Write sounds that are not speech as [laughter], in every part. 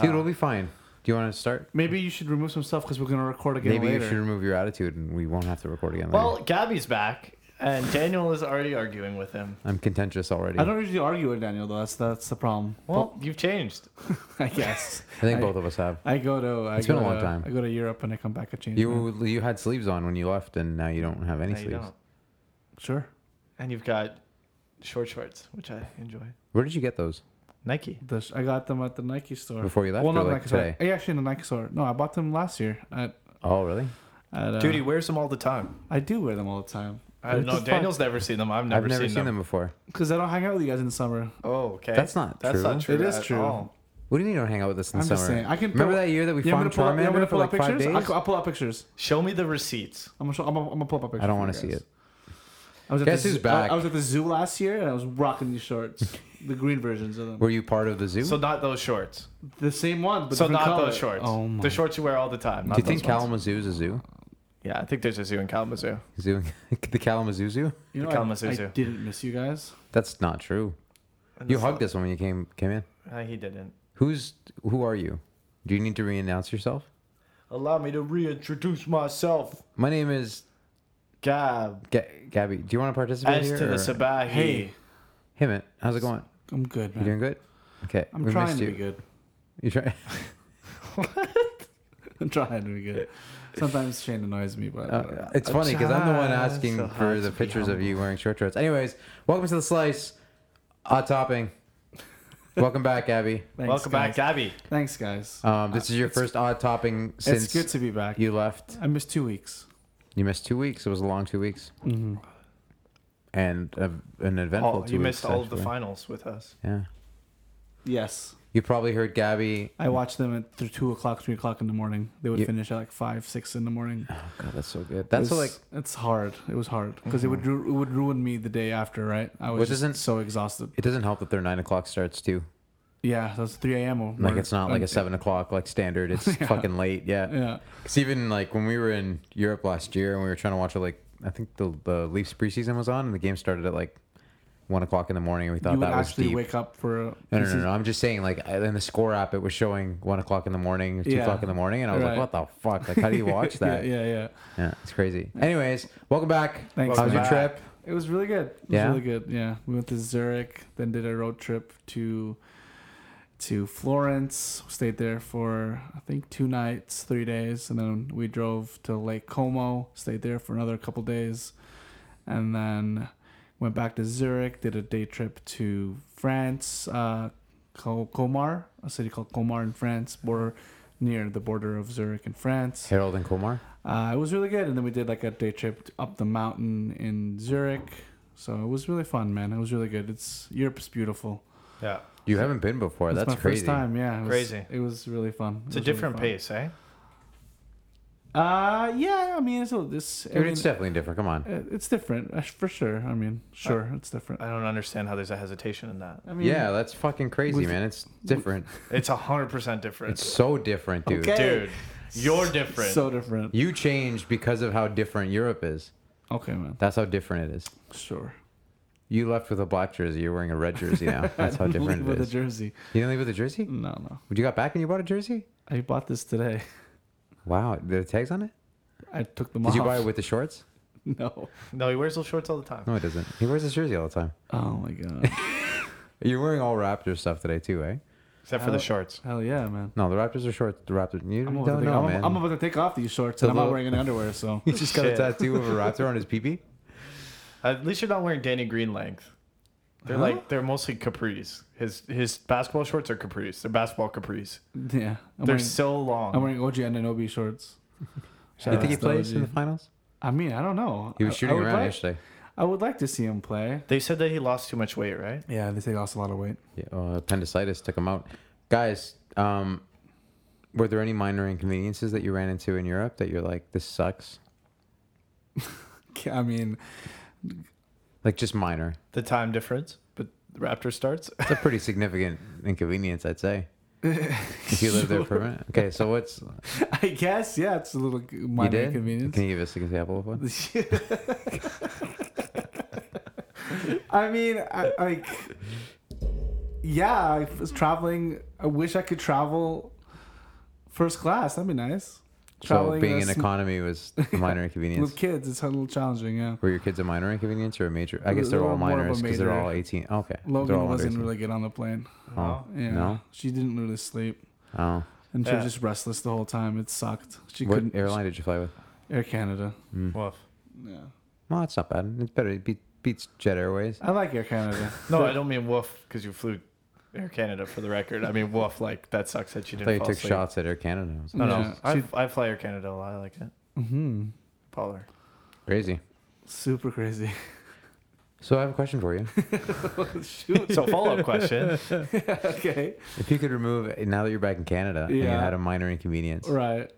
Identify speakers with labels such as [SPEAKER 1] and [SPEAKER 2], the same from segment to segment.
[SPEAKER 1] Dude, we'll be fine. Do you want to start?
[SPEAKER 2] Maybe you should remove some stuff because we're gonna record again
[SPEAKER 1] Maybe
[SPEAKER 2] later.
[SPEAKER 1] you should remove your attitude and we won't have to record again later.
[SPEAKER 3] Well, Gabby's back, and Daniel is already arguing with him.
[SPEAKER 1] I'm contentious already.
[SPEAKER 2] I
[SPEAKER 1] I,
[SPEAKER 2] don't usually argue with Daniel though. That's that's the problem.
[SPEAKER 3] Well, you've changed.
[SPEAKER 2] [laughs] I guess.
[SPEAKER 1] think both of us have.
[SPEAKER 2] I go to. I
[SPEAKER 1] It's
[SPEAKER 2] go
[SPEAKER 1] been a long
[SPEAKER 2] to-
[SPEAKER 1] time.
[SPEAKER 2] I go to Europe and I come back a change. man.
[SPEAKER 1] You you had sleeves on when you left and now you don't have any
[SPEAKER 3] No, you
[SPEAKER 1] sleeves.
[SPEAKER 3] don't.
[SPEAKER 2] sure?
[SPEAKER 3] And you've got short shorts, which I enjoy.
[SPEAKER 1] Where did you get those?
[SPEAKER 3] Nike.
[SPEAKER 2] The sh- I got them at the Nike store.
[SPEAKER 1] Before you left
[SPEAKER 2] well,
[SPEAKER 1] or
[SPEAKER 2] not
[SPEAKER 1] like
[SPEAKER 2] Nike store.
[SPEAKER 1] today?
[SPEAKER 2] Eh, Actually, in the Nike store. No, I bought them last year. At,
[SPEAKER 1] Oh, really?
[SPEAKER 2] at uh,
[SPEAKER 3] Dude, he wears them all the time.
[SPEAKER 2] I do wear them all the time.
[SPEAKER 3] I don't know. Daniel's never seen them. I've never,
[SPEAKER 1] I've never seen, them. before.
[SPEAKER 2] because I don't hang out with you guys in the summer.
[SPEAKER 3] Oh, okay.
[SPEAKER 1] That's not
[SPEAKER 3] That's
[SPEAKER 1] true.
[SPEAKER 3] not true.
[SPEAKER 2] It is
[SPEAKER 3] at
[SPEAKER 2] true.
[SPEAKER 3] all.
[SPEAKER 1] What do you mean you don't hang out with us in
[SPEAKER 2] I'm
[SPEAKER 1] summer?
[SPEAKER 2] just saying. I can
[SPEAKER 1] Remember
[SPEAKER 2] pull-
[SPEAKER 1] that year that we
[SPEAKER 2] You want
[SPEAKER 1] found
[SPEAKER 2] me to pull up- you want me
[SPEAKER 1] Charmander
[SPEAKER 2] to
[SPEAKER 1] for
[SPEAKER 2] pull
[SPEAKER 1] like
[SPEAKER 2] up
[SPEAKER 1] five days?
[SPEAKER 2] pictures? I'll, I'll pull up pictures.
[SPEAKER 3] Show me the receipts.
[SPEAKER 2] I'm gonna, show, I'm, gonna, I'm gonna pull up a picture.
[SPEAKER 1] I don't
[SPEAKER 2] want to
[SPEAKER 1] see it.
[SPEAKER 2] I was at
[SPEAKER 1] Guess
[SPEAKER 2] the
[SPEAKER 1] who's
[SPEAKER 2] zoo- I-
[SPEAKER 1] back?
[SPEAKER 2] I, was at the zoo last year and I was rocking these shorts, the green versions of them.
[SPEAKER 1] Were you part of the zoo?
[SPEAKER 3] So not those shorts.
[SPEAKER 2] the same ones, but
[SPEAKER 3] so
[SPEAKER 2] different
[SPEAKER 3] not
[SPEAKER 2] color.
[SPEAKER 3] those shorts.
[SPEAKER 2] Oh my!
[SPEAKER 3] The shorts you wear all the time.
[SPEAKER 1] do
[SPEAKER 3] Not
[SPEAKER 1] you think
[SPEAKER 3] those ones.
[SPEAKER 1] Kalamazoo is a zoo?
[SPEAKER 3] Yeah, I think there's a zoo in Kalamazoo.
[SPEAKER 1] Zoo, [laughs] the Kalamazoo Zoo?
[SPEAKER 2] you know,
[SPEAKER 3] the Kalamazoo
[SPEAKER 2] I, I
[SPEAKER 3] Zoo.
[SPEAKER 2] didn't miss you guys.
[SPEAKER 1] That's not true.
[SPEAKER 3] And
[SPEAKER 1] You
[SPEAKER 3] it's
[SPEAKER 1] hugged us when you came came in.
[SPEAKER 3] not- Uh, he didn't.
[SPEAKER 1] Who's who are you? Do you need to re-announce yourself?
[SPEAKER 3] Allow me to reintroduce myself,
[SPEAKER 1] My name is
[SPEAKER 3] Gab.
[SPEAKER 1] Ga Gabby. Do you want to participate
[SPEAKER 3] As
[SPEAKER 1] here?
[SPEAKER 3] to the
[SPEAKER 1] or-
[SPEAKER 3] Sabahi.
[SPEAKER 2] Hey.
[SPEAKER 1] hey man, how's it going?
[SPEAKER 2] I'm good,
[SPEAKER 1] You
[SPEAKER 2] man.
[SPEAKER 1] doing good? Okay,
[SPEAKER 2] I'm
[SPEAKER 1] we
[SPEAKER 2] trying
[SPEAKER 1] missed
[SPEAKER 2] to
[SPEAKER 1] you.
[SPEAKER 2] be good. [laughs]
[SPEAKER 1] You try? [laughs]
[SPEAKER 2] I'm trying to be good. Sometimes Shane annoys me, but
[SPEAKER 1] Uh, it's funny because I'm the one asking
[SPEAKER 3] So
[SPEAKER 1] for
[SPEAKER 3] hard
[SPEAKER 1] the
[SPEAKER 3] to be
[SPEAKER 1] pictures of you wearing short shorts. Anyways, welcome to the slice. Hot topping. welcome back, Gabby.
[SPEAKER 2] Thanks,
[SPEAKER 3] Welcome back,
[SPEAKER 2] guys.
[SPEAKER 3] Gabby.
[SPEAKER 2] Thanks, guys.
[SPEAKER 1] Um, this is your first odd topping
[SPEAKER 2] it's
[SPEAKER 1] since
[SPEAKER 2] good to be back.
[SPEAKER 1] you left.
[SPEAKER 2] I missed two weeks.
[SPEAKER 1] You missed two weeks. It was a long two weeks
[SPEAKER 2] Mm-hmm.
[SPEAKER 1] and a, an eventful.
[SPEAKER 3] All,
[SPEAKER 1] two
[SPEAKER 3] Oh, you
[SPEAKER 1] weeks,
[SPEAKER 3] missed all of the
[SPEAKER 1] actually.
[SPEAKER 3] finals with us.
[SPEAKER 1] Yeah,
[SPEAKER 2] Yes,
[SPEAKER 1] you probably heard Gabby.
[SPEAKER 2] I watched them at th- two o'clock, three o'clock in the morning. They would
[SPEAKER 1] You-
[SPEAKER 2] finish at like five, six in the morning.
[SPEAKER 1] Oh god, that's so good. That's
[SPEAKER 2] It
[SPEAKER 1] so, like
[SPEAKER 2] was-
[SPEAKER 1] Mm-hmm.
[SPEAKER 2] it's hard. It was hard because it would ru- it would ruin me the day after, right? I was
[SPEAKER 1] Which
[SPEAKER 2] just
[SPEAKER 1] isn't-
[SPEAKER 2] so exhausted.
[SPEAKER 1] It doesn't help that their nine o'clock starts too.
[SPEAKER 2] Yeah, that's three a.m. or
[SPEAKER 1] Like
[SPEAKER 2] or-
[SPEAKER 1] it's not like a
[SPEAKER 2] and-
[SPEAKER 1] seven o'clock like standard.
[SPEAKER 2] [laughs]
[SPEAKER 1] It's fucking late. Yeah.
[SPEAKER 2] Yeah,
[SPEAKER 1] Because even like when we were in Europe last year and we were trying to watch it, like I think the the Leafs preseason was on and the game started at like one o'clock in the morning. and We thought
[SPEAKER 2] you would
[SPEAKER 1] that was
[SPEAKER 2] actually
[SPEAKER 1] deep.
[SPEAKER 2] wake up for a
[SPEAKER 1] No, no, no, no. I'm just saying, like, I- in the score app, it was showing one o'clock in the morning, two
[SPEAKER 2] Yeah.
[SPEAKER 1] o'clock in the morning, and I was
[SPEAKER 2] Right.
[SPEAKER 1] like, "What the fuck? Like, how
[SPEAKER 2] [laughs]
[SPEAKER 1] do you watch that?" yeah,
[SPEAKER 2] yeah, yeah, yeah.
[SPEAKER 1] it's crazy. Anyways, welcome back.
[SPEAKER 2] Thanks,
[SPEAKER 1] How was your
[SPEAKER 3] man.
[SPEAKER 1] trip?
[SPEAKER 2] It was really good. It was
[SPEAKER 1] Yeah?
[SPEAKER 2] really good. Yeah, we went to Zurich, then did a road trip to to Florence. Stayed there for I think two nights, three days, and then we drove to Lake Como. Stayed there for another couple days, and then went back to Zurich. Did a day trip to France, uh, Co- Comar, a city called Comar in France, border near the border of Zurich and France.
[SPEAKER 1] Harold and Komar.
[SPEAKER 2] Uh, it was really good, and then we did like a day trip up the mountain in Zurich. So it was really fun, man. It was really good. It's Europe's beautiful.
[SPEAKER 3] Yeah.
[SPEAKER 1] You haven't been before.
[SPEAKER 2] It's
[SPEAKER 1] That's
[SPEAKER 2] my
[SPEAKER 1] crazy.
[SPEAKER 2] first time. Yeah, it was,
[SPEAKER 3] Crazy.
[SPEAKER 2] It was really fun. It
[SPEAKER 3] It's a
[SPEAKER 2] was really
[SPEAKER 3] different
[SPEAKER 2] fun.
[SPEAKER 3] pace, eh?
[SPEAKER 2] Uh, yeah. I mean, so this. I
[SPEAKER 1] Dude,
[SPEAKER 2] mean,
[SPEAKER 1] it's definitely different. Come on.
[SPEAKER 2] it- it's different uh, for sure. I mean, sure, it's different.
[SPEAKER 3] I don't understand how there's a hesitation
[SPEAKER 2] [laughs]
[SPEAKER 3] in that.
[SPEAKER 2] I mean,
[SPEAKER 1] yeah, that's fucking crazy,
[SPEAKER 2] with-
[SPEAKER 1] man. It's different.
[SPEAKER 3] It's hundred percent different,
[SPEAKER 1] it's so different, dude.
[SPEAKER 2] Okay.
[SPEAKER 3] dude. You're different.
[SPEAKER 2] so different.
[SPEAKER 1] You changed because of how different Europe is.
[SPEAKER 2] Okay, man.
[SPEAKER 1] That's how different it is.
[SPEAKER 2] Sure.
[SPEAKER 1] You left with a black jersey. You're wearing a red jersey
[SPEAKER 2] [laughs]
[SPEAKER 1] now. That's how
[SPEAKER 2] I didn't
[SPEAKER 1] different
[SPEAKER 2] leave
[SPEAKER 1] it
[SPEAKER 2] with
[SPEAKER 1] is.
[SPEAKER 2] a jersey.
[SPEAKER 1] you didn't leave with a jersey?
[SPEAKER 2] No, no.
[SPEAKER 1] Would you got back and you bought a jersey?
[SPEAKER 2] I bought this today.
[SPEAKER 1] Wow. The tags on it?
[SPEAKER 2] I took them
[SPEAKER 1] Did
[SPEAKER 2] off.
[SPEAKER 1] you buy it with the shorts?
[SPEAKER 2] [laughs] No.
[SPEAKER 3] no, he wears those shorts all the time.
[SPEAKER 1] No, it doesn't. He wears his jersey all the time.
[SPEAKER 2] Oh my god.
[SPEAKER 1] You're wearing all Raptors stuff today too, eh?
[SPEAKER 3] Except for the
[SPEAKER 2] How-
[SPEAKER 3] shorts.
[SPEAKER 2] Hell yeah, man.
[SPEAKER 1] No, the Raptors are shorts. The Raptors. You
[SPEAKER 2] I'm about,
[SPEAKER 1] don't
[SPEAKER 2] to take,
[SPEAKER 1] know,
[SPEAKER 2] I'm,
[SPEAKER 1] man. [laughs]
[SPEAKER 2] I'm about to take off these shorts,
[SPEAKER 1] The
[SPEAKER 2] and I'm not
[SPEAKER 1] little-
[SPEAKER 2] wearing any underwear. So
[SPEAKER 1] [laughs] He just got
[SPEAKER 3] Shit.
[SPEAKER 1] a tattoo of a raptor on his peepee.
[SPEAKER 2] [laughs]
[SPEAKER 3] At least you're not wearing Danny Green length. They're
[SPEAKER 2] Huh?
[SPEAKER 3] like they're mostly capris. His his basketball shorts are capris. They're basketball capris.
[SPEAKER 2] yeah, I'm
[SPEAKER 3] they're
[SPEAKER 2] wearing,
[SPEAKER 3] so long.
[SPEAKER 2] I'm wearing OG Ananobi
[SPEAKER 1] [laughs]
[SPEAKER 2] shorts.
[SPEAKER 1] Do you think he
[SPEAKER 2] out to
[SPEAKER 1] plays
[SPEAKER 2] OG.
[SPEAKER 1] in the finals?
[SPEAKER 2] I mean, I don't know.
[SPEAKER 1] He was
[SPEAKER 2] I-
[SPEAKER 1] shooting
[SPEAKER 2] I would
[SPEAKER 1] around
[SPEAKER 2] like-
[SPEAKER 1] yesterday.
[SPEAKER 2] I would like to see him play.
[SPEAKER 3] they said that he lost too much weight, right?
[SPEAKER 2] Yeah, they say he lost a lot of weight.
[SPEAKER 1] Yeah, uh, appendicitis took him out. Guys, um, were there any minor inconveniences that you ran into in Europe that you're like, this sucks?
[SPEAKER 2] [laughs] I mean, [laughs]
[SPEAKER 1] Like just minor.
[SPEAKER 3] The time difference, but the Raptor starts.
[SPEAKER 1] It's a pretty significant inconvenience, I'd
[SPEAKER 2] [laughs]
[SPEAKER 1] say. If you live there permanent. Okay, so what's
[SPEAKER 2] I guess yeah, it's a little
[SPEAKER 1] you
[SPEAKER 2] minor
[SPEAKER 1] did?
[SPEAKER 2] inconvenience. [laughs]
[SPEAKER 1] Can you give us an example of one?
[SPEAKER 2] I mean, I, like yeah, I was traveling. I wish I could travel first class. That'd be nice.
[SPEAKER 1] So being
[SPEAKER 2] as-
[SPEAKER 1] in economy
[SPEAKER 2] [laughs]
[SPEAKER 1] was a minor inconvenience.
[SPEAKER 2] with kids, it's a little challenging. Yeah,
[SPEAKER 1] Were your kids a minor inconvenience or a major? I
[SPEAKER 2] They
[SPEAKER 1] guess they're
[SPEAKER 2] were
[SPEAKER 1] all
[SPEAKER 2] more of a
[SPEAKER 1] minors because they're
[SPEAKER 2] major.
[SPEAKER 1] all 18. Okay. They're all
[SPEAKER 2] Logan
[SPEAKER 1] under
[SPEAKER 2] wasn't
[SPEAKER 1] 18.
[SPEAKER 2] really good on the plane.
[SPEAKER 1] Oh.
[SPEAKER 2] Yeah,
[SPEAKER 1] No?
[SPEAKER 2] she didn't really sleep,
[SPEAKER 1] Oh.
[SPEAKER 2] and she was
[SPEAKER 3] Yeah.
[SPEAKER 2] just restless the whole time. It sucked. She
[SPEAKER 1] What
[SPEAKER 2] couldn't.
[SPEAKER 1] airline did you fly with?
[SPEAKER 2] Air Canada.
[SPEAKER 3] [laughs] Woof.
[SPEAKER 2] Yeah,
[SPEAKER 1] Well, that's not bad. It's better. It beat, beats Jet Airways.
[SPEAKER 2] I like Air Canada.
[SPEAKER 3] No, I don't mean woof because you flew Air Canada for the record. I mean woof like that sucks that you
[SPEAKER 1] I
[SPEAKER 3] didn't.
[SPEAKER 1] thought you
[SPEAKER 3] fall
[SPEAKER 1] took
[SPEAKER 3] asleep.
[SPEAKER 1] shots at Air Canada. It was
[SPEAKER 3] No,
[SPEAKER 2] Yeah,
[SPEAKER 3] no, I,
[SPEAKER 2] she-
[SPEAKER 3] I fly Air Canada a lot. I like it.
[SPEAKER 2] hmm
[SPEAKER 3] Polar.
[SPEAKER 1] crazy.
[SPEAKER 2] Super crazy. [laughs]
[SPEAKER 1] So I have a question for
[SPEAKER 3] [laughs]
[SPEAKER 1] you.
[SPEAKER 2] Shoot.
[SPEAKER 3] So follow up [laughs] question.
[SPEAKER 2] okay.
[SPEAKER 1] if you could remove, now that you're back in Canada and you
[SPEAKER 2] Yeah.
[SPEAKER 1] had a minor inconvenience
[SPEAKER 2] Right.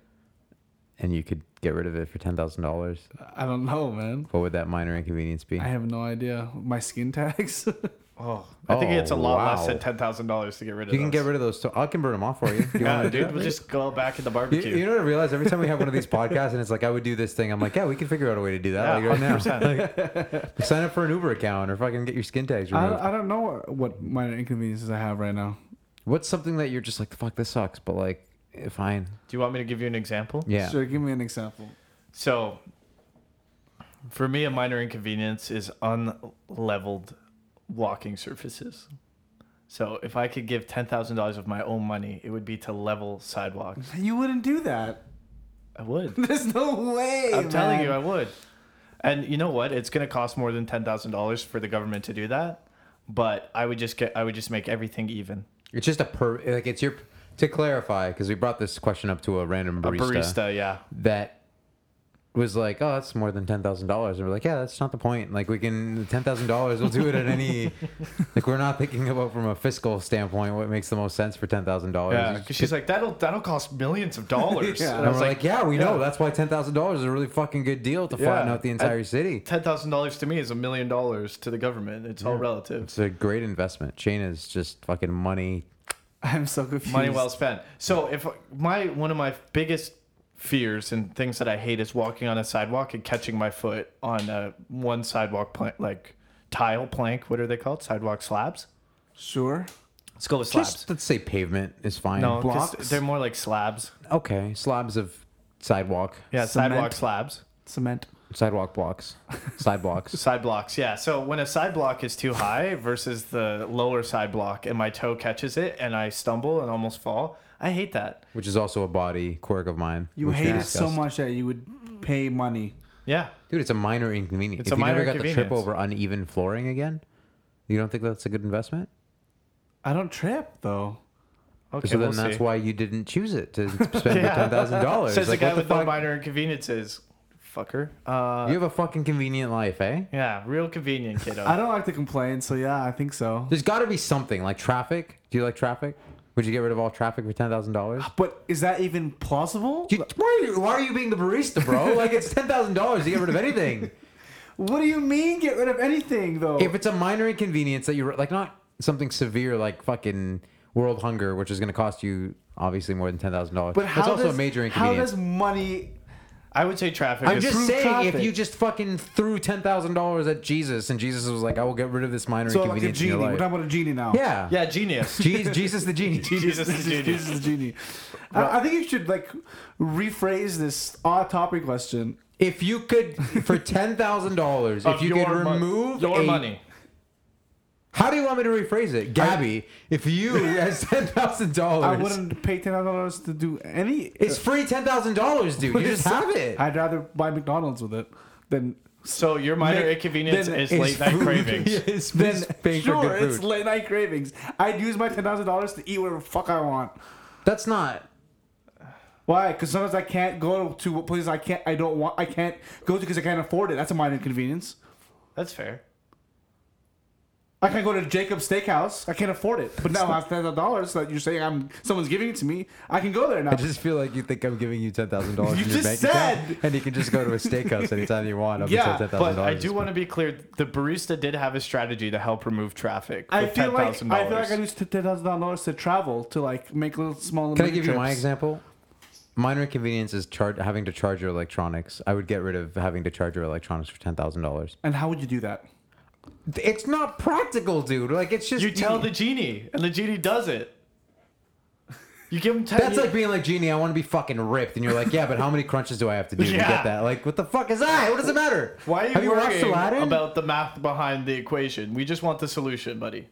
[SPEAKER 1] and you could get rid of it for $10,000,
[SPEAKER 2] I don't know, man.
[SPEAKER 1] what would that minor inconvenience be?
[SPEAKER 2] I have no idea. My skin tags. [laughs]
[SPEAKER 3] Oh, I think
[SPEAKER 1] Oh,
[SPEAKER 3] it's a lot
[SPEAKER 1] wow.
[SPEAKER 3] less than ten thousand dollars to get rid of.
[SPEAKER 1] You can
[SPEAKER 3] those.
[SPEAKER 1] get rid of those. So I can burn them off for
[SPEAKER 3] [laughs]
[SPEAKER 1] you. Do you
[SPEAKER 3] Yeah,
[SPEAKER 1] wanna do
[SPEAKER 3] dude,
[SPEAKER 1] that?
[SPEAKER 3] we'll just go back at the
[SPEAKER 1] You,
[SPEAKER 3] barbecue.
[SPEAKER 1] you know what I realize? Every time we have one of
[SPEAKER 3] [laughs]
[SPEAKER 1] these podcasts and it's like, I would do this thing, I'm like, yeah, we can figure out a way to do that
[SPEAKER 3] Yeah,
[SPEAKER 1] like right
[SPEAKER 3] 100%.
[SPEAKER 1] now. [laughs] Like, sign up for an Uber account or fucking get your skin tags
[SPEAKER 2] I,
[SPEAKER 1] removed.
[SPEAKER 2] don't- I don't know what minor inconveniences I have right now.
[SPEAKER 1] What's something that you're just like, fuck, this sucks, but like, eh, fine.
[SPEAKER 3] Do you want me to give you an example?
[SPEAKER 1] Yeah.
[SPEAKER 2] Sure. Give me an example.
[SPEAKER 3] So, for me, a minor inconvenience is unleveled walking surfaces. So, if I could give ten thousand dollars of my own money, it would be to level sidewalks.
[SPEAKER 2] You wouldn't do that. [laughs]
[SPEAKER 3] I would.
[SPEAKER 2] There's no way.
[SPEAKER 3] I'm telling
[SPEAKER 2] man.
[SPEAKER 3] you, I would. And you know what? It's going to cost more than ten thousand dollars for the government to do that. But I would just get. I would just make everything even.
[SPEAKER 1] It's just a per, like, it's your, to clarify, because we brought this question up to a random
[SPEAKER 3] A
[SPEAKER 1] barista,
[SPEAKER 3] barista, yeah.
[SPEAKER 1] that was like, oh, that's more than $10,000. And we're like, yeah, that's not the point. Like, we can, $10,000, we'll do it at
[SPEAKER 3] [laughs]
[SPEAKER 1] any, like, we're not thinking about from a fiscal standpoint what makes the most sense for $10,000.
[SPEAKER 3] Yeah,
[SPEAKER 1] You
[SPEAKER 3] because she's like, that'll that'll cost millions of
[SPEAKER 2] [laughs]
[SPEAKER 3] dollars.
[SPEAKER 2] Yeah.
[SPEAKER 3] And
[SPEAKER 1] And
[SPEAKER 3] I
[SPEAKER 1] I
[SPEAKER 3] was
[SPEAKER 1] we're
[SPEAKER 3] like,
[SPEAKER 1] like, yeah, we know.
[SPEAKER 3] yeah.
[SPEAKER 1] That's why ten thousand dollars is a really fucking good deal to
[SPEAKER 3] Yeah.
[SPEAKER 1] flatten out the entire city.
[SPEAKER 3] ten thousand dollars to me is a million dollars to the government. It's all relative.
[SPEAKER 1] It's a great investment. Shayna's just fucking money.
[SPEAKER 2] I'm so confused.
[SPEAKER 3] Money well spent. So if my one of my biggest fears and things that I hate is walking on a sidewalk and catching my foot on a one sidewalk plank, like tile plank. What are they called? Sidewalk slabs.
[SPEAKER 2] Sure.
[SPEAKER 3] Let's go with slabs.
[SPEAKER 1] Just let's say pavement is fine.
[SPEAKER 3] no, 'cause
[SPEAKER 2] blocks?
[SPEAKER 3] they're more like slabs.
[SPEAKER 1] Okay, slabs of sidewalk,
[SPEAKER 3] Yeah,
[SPEAKER 2] Cement.
[SPEAKER 3] sidewalk slabs.
[SPEAKER 2] Cement.
[SPEAKER 1] sidewalk
[SPEAKER 3] [laughs]
[SPEAKER 1] blocks, side blocks.
[SPEAKER 3] Side blocks, yeah. So when a side block is too high versus the lower side block and my toe catches it and I stumble and almost fall, I hate that.
[SPEAKER 1] which is also a body quirk of mine.
[SPEAKER 2] You
[SPEAKER 1] which we
[SPEAKER 2] hate it so
[SPEAKER 1] discussed.
[SPEAKER 2] much that you would pay money.
[SPEAKER 3] Yeah.
[SPEAKER 1] dude. It's a minor inconvenience. if
[SPEAKER 3] It's a
[SPEAKER 1] you never
[SPEAKER 3] minor
[SPEAKER 1] got the trip
[SPEAKER 3] inconvenience.
[SPEAKER 1] over uneven flooring again, you don't think that's a good investment?
[SPEAKER 2] I don't trip though.
[SPEAKER 3] Okay.
[SPEAKER 1] so then
[SPEAKER 3] we'll
[SPEAKER 1] that's
[SPEAKER 3] see.
[SPEAKER 1] why you didn't choose it
[SPEAKER 3] [laughs]
[SPEAKER 1] to spend
[SPEAKER 3] Yeah.
[SPEAKER 1] the ten thousand dollars.
[SPEAKER 3] Says the guy with no minor inconveniences. Fucker. Uh,
[SPEAKER 1] You have a fucking convenient life, eh?
[SPEAKER 3] yeah, real convenient, kiddo.
[SPEAKER 2] I don't like to complain, so yeah, I think so.
[SPEAKER 1] There's got to be something like traffic. Do you like traffic? Would you get rid of all traffic for ten thousand
[SPEAKER 3] Ah.
[SPEAKER 1] dollars?
[SPEAKER 2] But is that even plausible?
[SPEAKER 1] Why are you why are you being the barista, bro? like it's ten thousand dollars to get rid of
[SPEAKER 3] [laughs]
[SPEAKER 1] anything.
[SPEAKER 2] What do you mean get rid of anything though?
[SPEAKER 1] if it's a minor inconvenience that you're like not something severe like fucking world hunger, which is going to cost you obviously more than ten thousand dollars.
[SPEAKER 2] but how
[SPEAKER 1] it's also
[SPEAKER 2] does,
[SPEAKER 1] a major
[SPEAKER 2] How
[SPEAKER 1] inconvenience.
[SPEAKER 2] does money
[SPEAKER 3] I would say traffic
[SPEAKER 1] I'm
[SPEAKER 3] is
[SPEAKER 1] just
[SPEAKER 2] prove
[SPEAKER 1] saying, if
[SPEAKER 2] traffic?
[SPEAKER 1] you just fucking threw ten thousand dollars at Jesus and Jesus was like, "I will get rid of this minor
[SPEAKER 2] So like a
[SPEAKER 1] inconvenience,"
[SPEAKER 2] genie.
[SPEAKER 1] in your
[SPEAKER 2] We're
[SPEAKER 1] life.
[SPEAKER 2] talking about a genie now. [laughs]
[SPEAKER 1] yeah,
[SPEAKER 3] [laughs] Yeah,
[SPEAKER 1] [laughs]
[SPEAKER 3] genius.
[SPEAKER 1] Je- Jesus the genie.
[SPEAKER 3] Jesus is
[SPEAKER 2] Jesus
[SPEAKER 3] [laughs] genius.
[SPEAKER 2] is the genie. I, I think you should like rephrase this odd topic question.
[SPEAKER 1] If you could, for ten thousand dollars, if
[SPEAKER 3] Of
[SPEAKER 1] you could
[SPEAKER 3] your mon-
[SPEAKER 1] remove
[SPEAKER 3] your
[SPEAKER 1] a-
[SPEAKER 3] money.
[SPEAKER 1] How do you want me to rephrase it, Gabby? if you [laughs] as ten thousand
[SPEAKER 2] I
[SPEAKER 1] dollars,
[SPEAKER 2] wouldn't pay ten dollars to do any.
[SPEAKER 1] it's free ten thousand dollars,
[SPEAKER 2] [laughs]
[SPEAKER 1] dude. You just have it.
[SPEAKER 2] I'd rather buy McDonald's with it than
[SPEAKER 3] So your minor
[SPEAKER 2] Then-
[SPEAKER 3] inconvenience
[SPEAKER 2] then
[SPEAKER 3] is
[SPEAKER 2] is
[SPEAKER 3] late night
[SPEAKER 1] Food. [laughs]
[SPEAKER 3] cravings.
[SPEAKER 1] Yeah, it's
[SPEAKER 2] then.
[SPEAKER 1] just paying for
[SPEAKER 2] Sure,
[SPEAKER 1] good
[SPEAKER 2] it's
[SPEAKER 1] food.
[SPEAKER 2] late night cravings. I'd use my ten thousand dollars to eat whatever fuck I want.
[SPEAKER 1] That's not.
[SPEAKER 2] Why? Because sometimes I can't go to places I can't. I don't want. I can't go to because I can't afford it. That's a minor inconvenience.
[SPEAKER 3] That's fair.
[SPEAKER 2] I can't go to Jacob's Steakhouse. I can't afford it. But now I have ten thousand dollars that you're saying I'm someone's giving it to me. I can go there now.
[SPEAKER 1] I just feel like you think I'm giving you ten thousand dollars.
[SPEAKER 2] You
[SPEAKER 1] in your
[SPEAKER 2] just
[SPEAKER 1] bank
[SPEAKER 2] said-
[SPEAKER 1] account, and you can just go to a
[SPEAKER 3] [laughs]
[SPEAKER 1] steakhouse anytime you want. Up
[SPEAKER 2] Yeah,
[SPEAKER 1] until $10,000
[SPEAKER 3] But I
[SPEAKER 1] is
[SPEAKER 3] do
[SPEAKER 1] fine.
[SPEAKER 3] want to be clear. The barista did have a strategy to help remove traffic.
[SPEAKER 2] I
[SPEAKER 3] with
[SPEAKER 2] feel like
[SPEAKER 3] $10,000.
[SPEAKER 2] I feel like I use ten thousand dollars to travel to like make little small.
[SPEAKER 1] Can I
[SPEAKER 2] mini
[SPEAKER 1] give you my
[SPEAKER 2] trips.
[SPEAKER 1] example? Minor inconvenience is char- having to charge your electronics. I would get rid of having to charge your electronics for ten thousand dollars.
[SPEAKER 2] And how would you do that? [laughs]
[SPEAKER 1] It's not practical, dude. Like it's just
[SPEAKER 3] You tell the genie, and the genie does it. You give him ten.
[SPEAKER 1] That's like being like genie. I want to be fucking ripped, and you're like, yeah, but how many crunches do I have to do to
[SPEAKER 3] Yeah.
[SPEAKER 1] get that? Like, what the fuck is that? What does it matter?
[SPEAKER 3] Why are you,
[SPEAKER 1] have you watched
[SPEAKER 3] worrying
[SPEAKER 1] Aladdin?
[SPEAKER 3] about the math behind the equation? We just want the solution, buddy.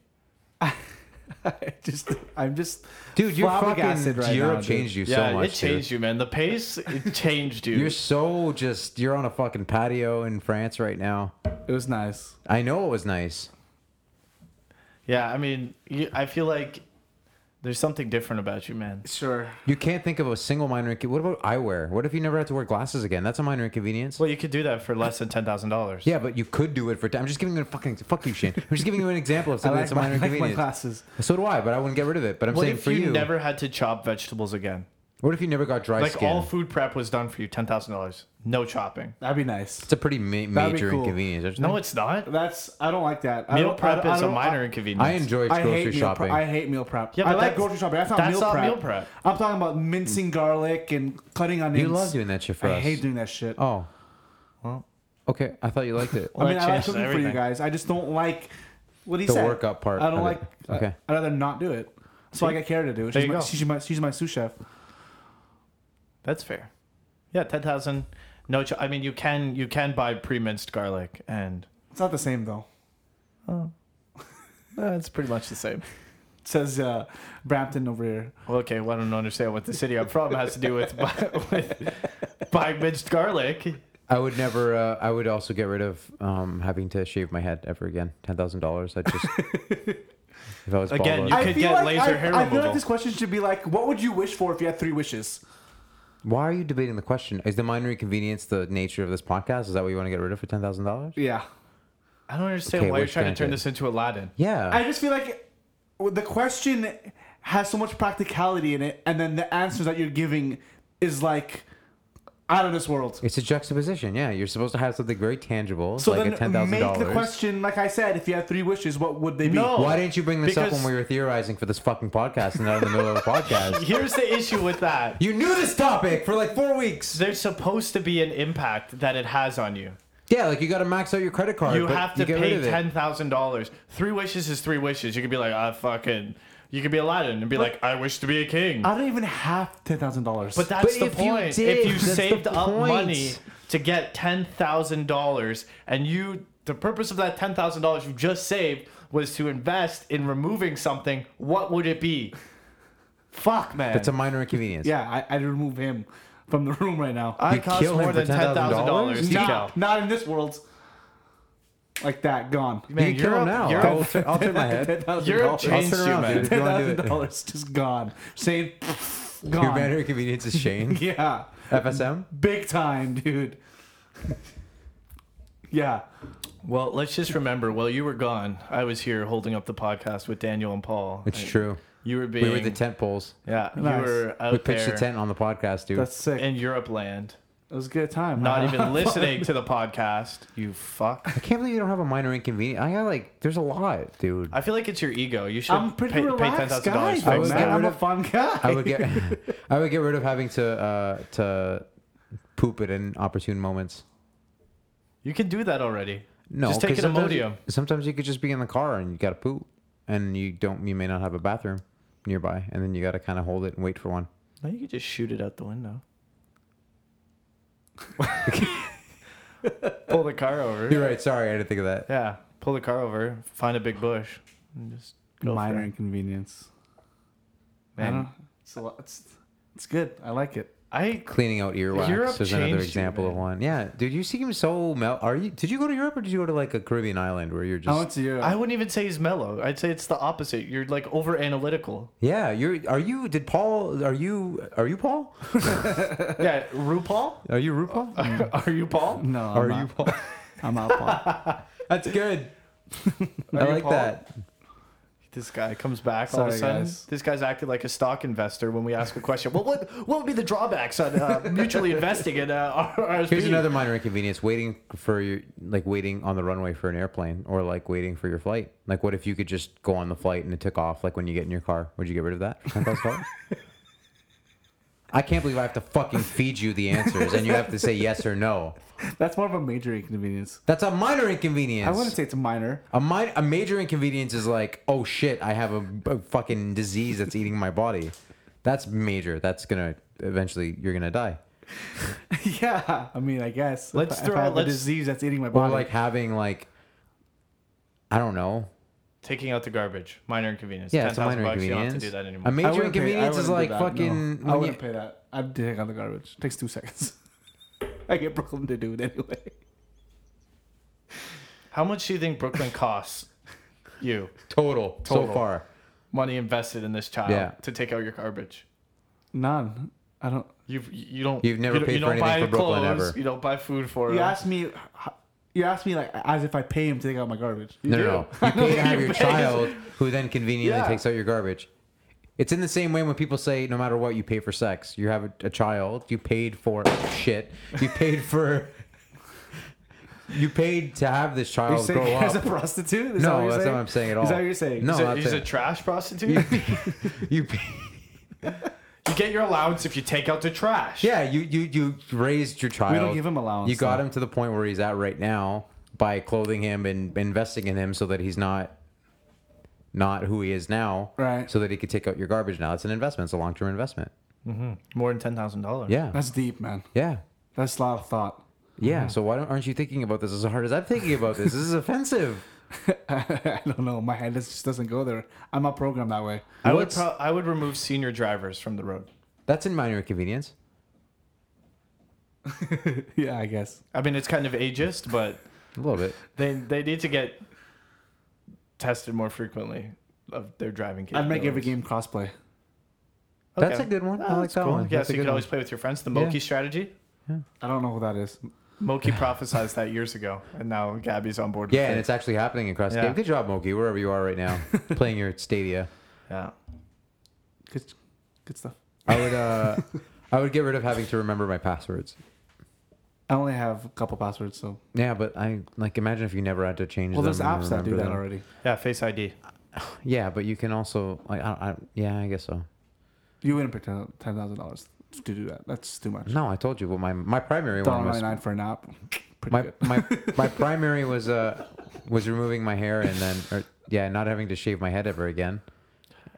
[SPEAKER 2] I just, I'm just,
[SPEAKER 1] dude, your fucking
[SPEAKER 2] flabbergasted right
[SPEAKER 1] Europe
[SPEAKER 2] now, dude.
[SPEAKER 1] changed you
[SPEAKER 3] yeah,
[SPEAKER 1] so much.
[SPEAKER 3] it changed you, man. The pace
[SPEAKER 1] [laughs]
[SPEAKER 3] it changed you.
[SPEAKER 1] Dude. You're so just. You're on a fucking patio in France right now.
[SPEAKER 2] it was nice.
[SPEAKER 1] I know it was nice.
[SPEAKER 3] yeah, I mean, you, I feel like there's something different about you, man.
[SPEAKER 2] Sure.
[SPEAKER 1] You can't think of a single minor. inco- What about eyewear? What if you never have to wear glasses again? That's a minor inconvenience.
[SPEAKER 3] Well, you could do that for less than ten thousand dollars.
[SPEAKER 1] Yeah, but you could do it for. i I'm just giving you a fucking fuck you, Shane. I'm just giving you an example of
[SPEAKER 2] [laughs] I
[SPEAKER 1] something
[SPEAKER 2] like,
[SPEAKER 1] that's a minor
[SPEAKER 2] my, I like my
[SPEAKER 1] inconvenience.
[SPEAKER 2] classes.
[SPEAKER 1] so do I, but I wouldn't get rid of it. But I'm
[SPEAKER 3] What
[SPEAKER 1] saying
[SPEAKER 3] if
[SPEAKER 1] for
[SPEAKER 3] you,
[SPEAKER 1] you,
[SPEAKER 3] never had to chop vegetables again?
[SPEAKER 1] what if you never got dry
[SPEAKER 3] like
[SPEAKER 1] skin?
[SPEAKER 3] all food prep was done for you, ten thousand dollars, no chopping.
[SPEAKER 2] That'd be nice.
[SPEAKER 1] it's a pretty ma-
[SPEAKER 2] That'd be
[SPEAKER 1] major
[SPEAKER 2] cool.
[SPEAKER 1] inconvenience. There's
[SPEAKER 3] No, it's not.
[SPEAKER 2] That's, I don't like that. I
[SPEAKER 3] Meal
[SPEAKER 2] don't- I
[SPEAKER 3] prep
[SPEAKER 2] don't- I
[SPEAKER 3] is a
[SPEAKER 2] don't-
[SPEAKER 3] minor
[SPEAKER 2] I-
[SPEAKER 3] inconvenience.
[SPEAKER 1] I enjoy
[SPEAKER 2] I
[SPEAKER 1] grocery
[SPEAKER 2] hate meal
[SPEAKER 1] shopping.
[SPEAKER 2] prep. I hate meal prep. I
[SPEAKER 3] Yeah, but
[SPEAKER 2] like
[SPEAKER 3] that's-
[SPEAKER 2] grocery shopping. That's not,
[SPEAKER 3] that's
[SPEAKER 2] meal,
[SPEAKER 3] not
[SPEAKER 2] prep.
[SPEAKER 3] meal prep.
[SPEAKER 2] I'm talking about mincing garlic and cutting onions.
[SPEAKER 1] you love doing that shit for
[SPEAKER 2] I
[SPEAKER 1] us.
[SPEAKER 2] hate doing that shit.
[SPEAKER 1] oh,
[SPEAKER 3] Well.
[SPEAKER 1] okay. I thought you liked it.
[SPEAKER 2] I mean,
[SPEAKER 3] Well,
[SPEAKER 2] I
[SPEAKER 3] that
[SPEAKER 2] like
[SPEAKER 3] changes
[SPEAKER 2] cooking for you
[SPEAKER 3] everything.
[SPEAKER 2] guys. I just don't like what he
[SPEAKER 1] The
[SPEAKER 2] said.
[SPEAKER 1] workup part
[SPEAKER 2] I don't
[SPEAKER 1] of
[SPEAKER 2] like.
[SPEAKER 1] it. Okay.
[SPEAKER 2] I, would rather not do it. So I got Kara to do it.
[SPEAKER 3] There
[SPEAKER 2] She's
[SPEAKER 3] you
[SPEAKER 2] my,
[SPEAKER 3] go.
[SPEAKER 2] she's my she's my sous chef.
[SPEAKER 3] That's fair. Yeah, ten thousand. No, cho- I mean you can you can buy pre minced garlic, and
[SPEAKER 2] It's not the same though.
[SPEAKER 3] uh, it's pretty much the same.
[SPEAKER 2] It says uh, Brampton over here.
[SPEAKER 3] Well, okay, well, I don't understand what the city I'm from has to do with [laughs] with buying minced garlic.
[SPEAKER 1] I would never. Uh, I would also get rid of um, having to shave my head ever again. Ten thousand dollars. I
[SPEAKER 3] [laughs]
[SPEAKER 1] just. if I was
[SPEAKER 3] Again,
[SPEAKER 1] bald,
[SPEAKER 3] you
[SPEAKER 1] I-
[SPEAKER 3] could get
[SPEAKER 2] like
[SPEAKER 3] laser
[SPEAKER 2] I,
[SPEAKER 3] hair
[SPEAKER 2] I feel like
[SPEAKER 3] removal.
[SPEAKER 2] this question should be like, what would you wish for if you had three wishes?
[SPEAKER 1] why are you debating the question? Is the minor inconvenience the nature of this podcast? Is that what you want to get rid of for ten thousand dollars?
[SPEAKER 2] Yeah.
[SPEAKER 3] I don't understand
[SPEAKER 1] Okay,
[SPEAKER 3] why you're
[SPEAKER 1] which
[SPEAKER 3] trying to
[SPEAKER 1] branch
[SPEAKER 3] turn
[SPEAKER 1] is-
[SPEAKER 3] this into Aladdin.
[SPEAKER 1] Yeah.
[SPEAKER 2] I just feel like the question has so much practicality in it, and then the answers that you're giving is like out of this world.
[SPEAKER 1] It's a juxtaposition. Yeah, you're supposed to have something very tangible,
[SPEAKER 2] So
[SPEAKER 1] like a ten
[SPEAKER 2] then
[SPEAKER 1] thousand
[SPEAKER 2] make the
[SPEAKER 1] dollars.
[SPEAKER 2] question, like I said, if you had three wishes, what would they be?
[SPEAKER 3] No.
[SPEAKER 1] Why didn't you bring this up
[SPEAKER 3] Because-
[SPEAKER 1] when we were theorizing for this fucking podcast and not in the middle of a
[SPEAKER 3] [laughs]
[SPEAKER 1] podcast?
[SPEAKER 3] Here's the issue with that.
[SPEAKER 1] You knew this topic for like four weeks.
[SPEAKER 3] There's supposed to be an impact that it has on you.
[SPEAKER 1] Yeah, like you got to max out your credit card.
[SPEAKER 3] You
[SPEAKER 1] but
[SPEAKER 3] have to
[SPEAKER 1] get rid
[SPEAKER 3] pay
[SPEAKER 1] of it.
[SPEAKER 3] ten thousand dollars. Three wishes is three wishes. You could be like, I fucking. You could be Aladdin and be like, I wish to be a king.
[SPEAKER 2] I don't even have ten thousand dollars.
[SPEAKER 3] But that's
[SPEAKER 1] But
[SPEAKER 3] the
[SPEAKER 1] if you
[SPEAKER 3] point.
[SPEAKER 1] did,
[SPEAKER 3] if you
[SPEAKER 1] that's the
[SPEAKER 3] saved up
[SPEAKER 1] point.
[SPEAKER 3] money to get ten thousand dollars, and you, the purpose of that ten thousand dollars you just saved was to invest in removing something. What would it be? Fuck, man.
[SPEAKER 1] That's a minor inconvenience.
[SPEAKER 2] yeah, I, I'd remove him from the [laughs] room right now.
[SPEAKER 3] I
[SPEAKER 1] You
[SPEAKER 3] cost
[SPEAKER 1] kill him
[SPEAKER 3] more
[SPEAKER 1] for
[SPEAKER 3] than ten thousand dollars.
[SPEAKER 1] $10,000?
[SPEAKER 2] not, not in this world. Like that, gone.
[SPEAKER 1] you
[SPEAKER 2] [laughs]
[SPEAKER 1] can kill him now. I'll,
[SPEAKER 3] Europe,
[SPEAKER 1] tur- I'll turn my
[SPEAKER 2] Ten
[SPEAKER 3] [laughs]
[SPEAKER 1] head.
[SPEAKER 2] thousand
[SPEAKER 3] Europe
[SPEAKER 2] dollars.
[SPEAKER 1] I'll
[SPEAKER 3] changed
[SPEAKER 1] turn
[SPEAKER 3] you,
[SPEAKER 1] around,
[SPEAKER 3] man.
[SPEAKER 1] dude. If
[SPEAKER 2] Ten
[SPEAKER 1] you want to
[SPEAKER 3] [laughs]
[SPEAKER 2] thousand
[SPEAKER 1] do it.
[SPEAKER 2] dollars just gone. Saying
[SPEAKER 1] Your
[SPEAKER 2] gone.
[SPEAKER 1] minor inconvenience is
[SPEAKER 3] [laughs]
[SPEAKER 1] Shane.
[SPEAKER 2] Yeah,
[SPEAKER 1] FSM.
[SPEAKER 2] big time, dude. [laughs] yeah,
[SPEAKER 3] Well, let's just remember. While you were gone, I was here holding up the podcast with Daniel and Paul.
[SPEAKER 1] It's
[SPEAKER 3] And
[SPEAKER 1] true.
[SPEAKER 3] You were being.
[SPEAKER 1] We were the tent poles.
[SPEAKER 3] yeah,
[SPEAKER 2] Nice.
[SPEAKER 3] you were out
[SPEAKER 1] We pitched
[SPEAKER 3] there
[SPEAKER 1] the tent on the podcast, dude.
[SPEAKER 2] that's sick.
[SPEAKER 3] in Europe land.
[SPEAKER 2] It was a good time. [laughs]
[SPEAKER 3] Not even listening to the podcast. You fuck.
[SPEAKER 1] I can't believe you don't have a minor inconvenience. I got like, there's a lot, dude.
[SPEAKER 3] I feel like it's your ego. You should
[SPEAKER 2] I'm pretty
[SPEAKER 3] pay, pay ten
[SPEAKER 2] relaxed
[SPEAKER 3] thousand dollars.
[SPEAKER 2] guy.
[SPEAKER 1] I
[SPEAKER 2] though,
[SPEAKER 1] would
[SPEAKER 2] man.
[SPEAKER 1] get
[SPEAKER 2] I'm
[SPEAKER 1] rid
[SPEAKER 2] a
[SPEAKER 1] of-
[SPEAKER 2] fun guy.
[SPEAKER 1] I
[SPEAKER 3] [laughs]
[SPEAKER 1] would get [laughs] I would get rid of having to uh, to poop at inopportune moments.
[SPEAKER 3] You can do that already.
[SPEAKER 1] No,
[SPEAKER 3] Just take
[SPEAKER 1] 'cause
[SPEAKER 3] an
[SPEAKER 1] sometimes you-
[SPEAKER 3] Imodium.
[SPEAKER 1] Sometimes you could just be in the car and you got to poop, and you don't. You may not have a bathroom nearby, and then you got to kind of hold it and wait for one.
[SPEAKER 3] No, you could just shoot it out the window.
[SPEAKER 2] [laughs]
[SPEAKER 3] pull the car over.
[SPEAKER 1] You're right. Sorry, I didn't think of that.
[SPEAKER 3] Yeah, pull the car over. Find a big bush and just go
[SPEAKER 2] Minor
[SPEAKER 3] For it.
[SPEAKER 2] inconvenience. I
[SPEAKER 3] Man,
[SPEAKER 2] don't- It's, a lot, it's it's good. I like it.
[SPEAKER 3] I
[SPEAKER 1] Cleaning out earwax
[SPEAKER 3] Europe
[SPEAKER 1] is another
[SPEAKER 3] changed you,
[SPEAKER 1] example of
[SPEAKER 3] man.
[SPEAKER 1] one. Yeah, dude, you seem so mel. Are you? Did you go to Europe or did you go to like a Caribbean island where you're
[SPEAKER 2] I
[SPEAKER 1] just?
[SPEAKER 3] Oh,
[SPEAKER 2] went to Europe.
[SPEAKER 3] I wouldn't even say he's mellow. I'd say it's the opposite. You're like over analytical.
[SPEAKER 2] [laughs]
[SPEAKER 1] yeah, you're. Are you? Did Paul? Are you? Are you Paul?
[SPEAKER 3] yeah, RuPaul.
[SPEAKER 1] Are you
[SPEAKER 3] Uh,
[SPEAKER 1] RuPaul?
[SPEAKER 3] [laughs] Are you Paul?
[SPEAKER 2] Mm. no, I'm
[SPEAKER 1] Are
[SPEAKER 2] not.
[SPEAKER 1] you Paul?
[SPEAKER 2] [laughs] I'm out.
[SPEAKER 3] [laughs]
[SPEAKER 2] Paul.
[SPEAKER 1] That's good. I
[SPEAKER 3] Are you
[SPEAKER 1] like
[SPEAKER 3] Paul?
[SPEAKER 1] that.
[SPEAKER 3] This guy comes back all of a
[SPEAKER 2] Sorry,
[SPEAKER 3] sudden.
[SPEAKER 2] guys.
[SPEAKER 3] This guy's acting like a stock investor when we ask a question. well, what what would be the drawbacks on uh, mutually investing in uh, RSP?
[SPEAKER 1] Here's another minor inconvenience: waiting for your like waiting on the runway for an airplane, or like waiting for your flight. Like, what if you could just go
[SPEAKER 3] [laughs]
[SPEAKER 1] on the flight and it took off? Like when you get in your car, would you get rid of that? for $10,000? I can't believe I have to fucking feed you the answers and you have to say yes or no.
[SPEAKER 2] That's more of a major inconvenience.
[SPEAKER 1] That's a minor inconvenience.
[SPEAKER 2] I wouldn't say it's a minor. [laughs]
[SPEAKER 1] A, mi- a major inconvenience is like, oh shit, I have a, a fucking disease that's eating my body. That's major. That's gonna eventually you're gonna die.
[SPEAKER 2] yeah, I mean, I guess.
[SPEAKER 3] Let's
[SPEAKER 2] if, I-
[SPEAKER 3] throw
[SPEAKER 2] if I
[SPEAKER 3] out-
[SPEAKER 2] have a
[SPEAKER 3] let's-
[SPEAKER 2] disease that's eating my
[SPEAKER 1] Or
[SPEAKER 2] body.
[SPEAKER 1] like having like, I don't know.
[SPEAKER 3] Taking out the garbage, minor inconvenience.
[SPEAKER 1] Yeah, it's a
[SPEAKER 3] 10,000
[SPEAKER 1] minor
[SPEAKER 3] bucks,
[SPEAKER 1] inconvenience.
[SPEAKER 3] You don't have to do that
[SPEAKER 1] A
[SPEAKER 3] anymore.
[SPEAKER 2] I
[SPEAKER 1] major
[SPEAKER 2] wouldn't pay- I
[SPEAKER 1] inconvenience is like
[SPEAKER 2] wouldn't do that, no.
[SPEAKER 1] fucking.
[SPEAKER 2] I
[SPEAKER 1] when
[SPEAKER 2] wouldn't
[SPEAKER 1] you-
[SPEAKER 2] pay that. I'd take out the garbage. Takes two seconds. [laughs] I get Brooklyn to do it anyway.
[SPEAKER 3] How much do you think Brooklyn costs you
[SPEAKER 1] total, so
[SPEAKER 3] Total.
[SPEAKER 1] far.
[SPEAKER 3] money invested in this child
[SPEAKER 1] Yeah.
[SPEAKER 3] to take out your garbage?
[SPEAKER 2] None. I don't.
[SPEAKER 3] You've you don't
[SPEAKER 1] You've never
[SPEAKER 3] you don't-
[SPEAKER 1] paid for
[SPEAKER 3] you don't
[SPEAKER 1] anything
[SPEAKER 3] buy
[SPEAKER 1] for Brooklyn
[SPEAKER 3] clothes,
[SPEAKER 1] ever.
[SPEAKER 3] You don't buy food for
[SPEAKER 2] You
[SPEAKER 3] them.
[SPEAKER 2] asked me. You asked me like as if I pay him to take out my garbage.
[SPEAKER 1] No, no, no. You
[SPEAKER 2] [laughs]
[SPEAKER 1] pay to have your
[SPEAKER 3] pay.
[SPEAKER 1] child, who then conveniently
[SPEAKER 2] Yeah.
[SPEAKER 1] takes out your garbage. It's in the same way when people say, no matter what, you pay for sex. You have a, a child. You paid for shit. You paid for. You paid to have this
[SPEAKER 2] You're
[SPEAKER 1] child
[SPEAKER 2] saying
[SPEAKER 1] grow
[SPEAKER 2] [laughs] as a
[SPEAKER 1] up.
[SPEAKER 2] prostitute? Is that
[SPEAKER 1] No,
[SPEAKER 2] you're
[SPEAKER 1] that's not what I'm saying at all.
[SPEAKER 2] Is that what you're saying?
[SPEAKER 1] No,
[SPEAKER 3] He's, a,
[SPEAKER 1] that's
[SPEAKER 3] he's a
[SPEAKER 1] it.
[SPEAKER 3] trash prostitute.
[SPEAKER 1] [laughs]
[SPEAKER 3] [laughs]
[SPEAKER 1] You pay,
[SPEAKER 3] you get your allowance if you take out the trash.
[SPEAKER 1] yeah, you, you you raised your child.
[SPEAKER 2] We don't give him allowance.
[SPEAKER 1] You got
[SPEAKER 2] though.
[SPEAKER 1] him to the point where he's at right now by clothing him and investing in him so that he's not not who he is now.
[SPEAKER 2] Right.
[SPEAKER 1] So that he could take out your garbage now. It's an investment. It's a long term investment.
[SPEAKER 3] more than ten thousand dollars.
[SPEAKER 1] Yeah.
[SPEAKER 2] That's deep, man.
[SPEAKER 1] yeah.
[SPEAKER 2] That's a lot of thought. [laughs]
[SPEAKER 1] Yeah. So why don't, aren't you thinking about this as hard as I'm thinking about this? This is offensive.
[SPEAKER 2] I don't know. My head is- just doesn't go there. I'm not programmed that way.
[SPEAKER 3] [laughs]
[SPEAKER 2] [laughs]
[SPEAKER 3] I would
[SPEAKER 1] What's-
[SPEAKER 3] pro- I would remove senior drivers from the road.
[SPEAKER 1] That's in minor inconvenience.
[SPEAKER 2] yeah, I guess.
[SPEAKER 3] I mean, it's kind of ageist, but
[SPEAKER 1] A little bit.
[SPEAKER 3] they they need to get tested more frequently of their driving.
[SPEAKER 2] I'd make every
[SPEAKER 3] capabilities.
[SPEAKER 2] game crossplay.
[SPEAKER 3] Okay.
[SPEAKER 1] That's a good one. I
[SPEAKER 3] Oh,
[SPEAKER 1] like
[SPEAKER 3] that's
[SPEAKER 1] that
[SPEAKER 3] cool.
[SPEAKER 1] one.
[SPEAKER 3] Yeah,
[SPEAKER 1] That's
[SPEAKER 3] so
[SPEAKER 1] a
[SPEAKER 3] you
[SPEAKER 1] good
[SPEAKER 3] can
[SPEAKER 1] one.
[SPEAKER 3] always play with your friends. The
[SPEAKER 1] Yeah.
[SPEAKER 3] Moki strategy.
[SPEAKER 2] I don't know who that is.
[SPEAKER 3] Moki
[SPEAKER 1] [laughs]
[SPEAKER 3] prophesized that years ago, and now Gabby's on board.
[SPEAKER 1] Yeah,
[SPEAKER 3] with
[SPEAKER 1] and
[SPEAKER 3] it.
[SPEAKER 1] it's actually happening across the
[SPEAKER 3] Yeah.
[SPEAKER 1] game. Good job, Moki, wherever you are right
[SPEAKER 3] [laughs]
[SPEAKER 1] now, playing your Stadia.
[SPEAKER 3] yeah.
[SPEAKER 2] Good, good stuff.
[SPEAKER 1] I would
[SPEAKER 3] [laughs]
[SPEAKER 1] uh, I would get rid of having to remember my passwords.
[SPEAKER 2] I only have a couple passwords, so.
[SPEAKER 1] Yeah, but I like imagine if you never had to change.
[SPEAKER 2] Well,
[SPEAKER 1] them
[SPEAKER 2] there's
[SPEAKER 1] and
[SPEAKER 2] apps that do
[SPEAKER 1] remember
[SPEAKER 2] that
[SPEAKER 1] them.
[SPEAKER 2] already.
[SPEAKER 3] Yeah, Face ID.
[SPEAKER 1] Yeah, but you can also like I, I yeah I guess so.
[SPEAKER 2] You wouldn't pay ten thousand dollars to do that. That's too much.
[SPEAKER 1] No, I told you. Well, my my primary
[SPEAKER 2] Dollar
[SPEAKER 1] one
[SPEAKER 2] ninety
[SPEAKER 1] was
[SPEAKER 2] nine for an app. [laughs] Pretty
[SPEAKER 1] my
[SPEAKER 2] good.
[SPEAKER 1] my
[SPEAKER 2] [laughs]
[SPEAKER 1] my primary was uh was removing my hair and then or, yeah not having to shave my head ever again,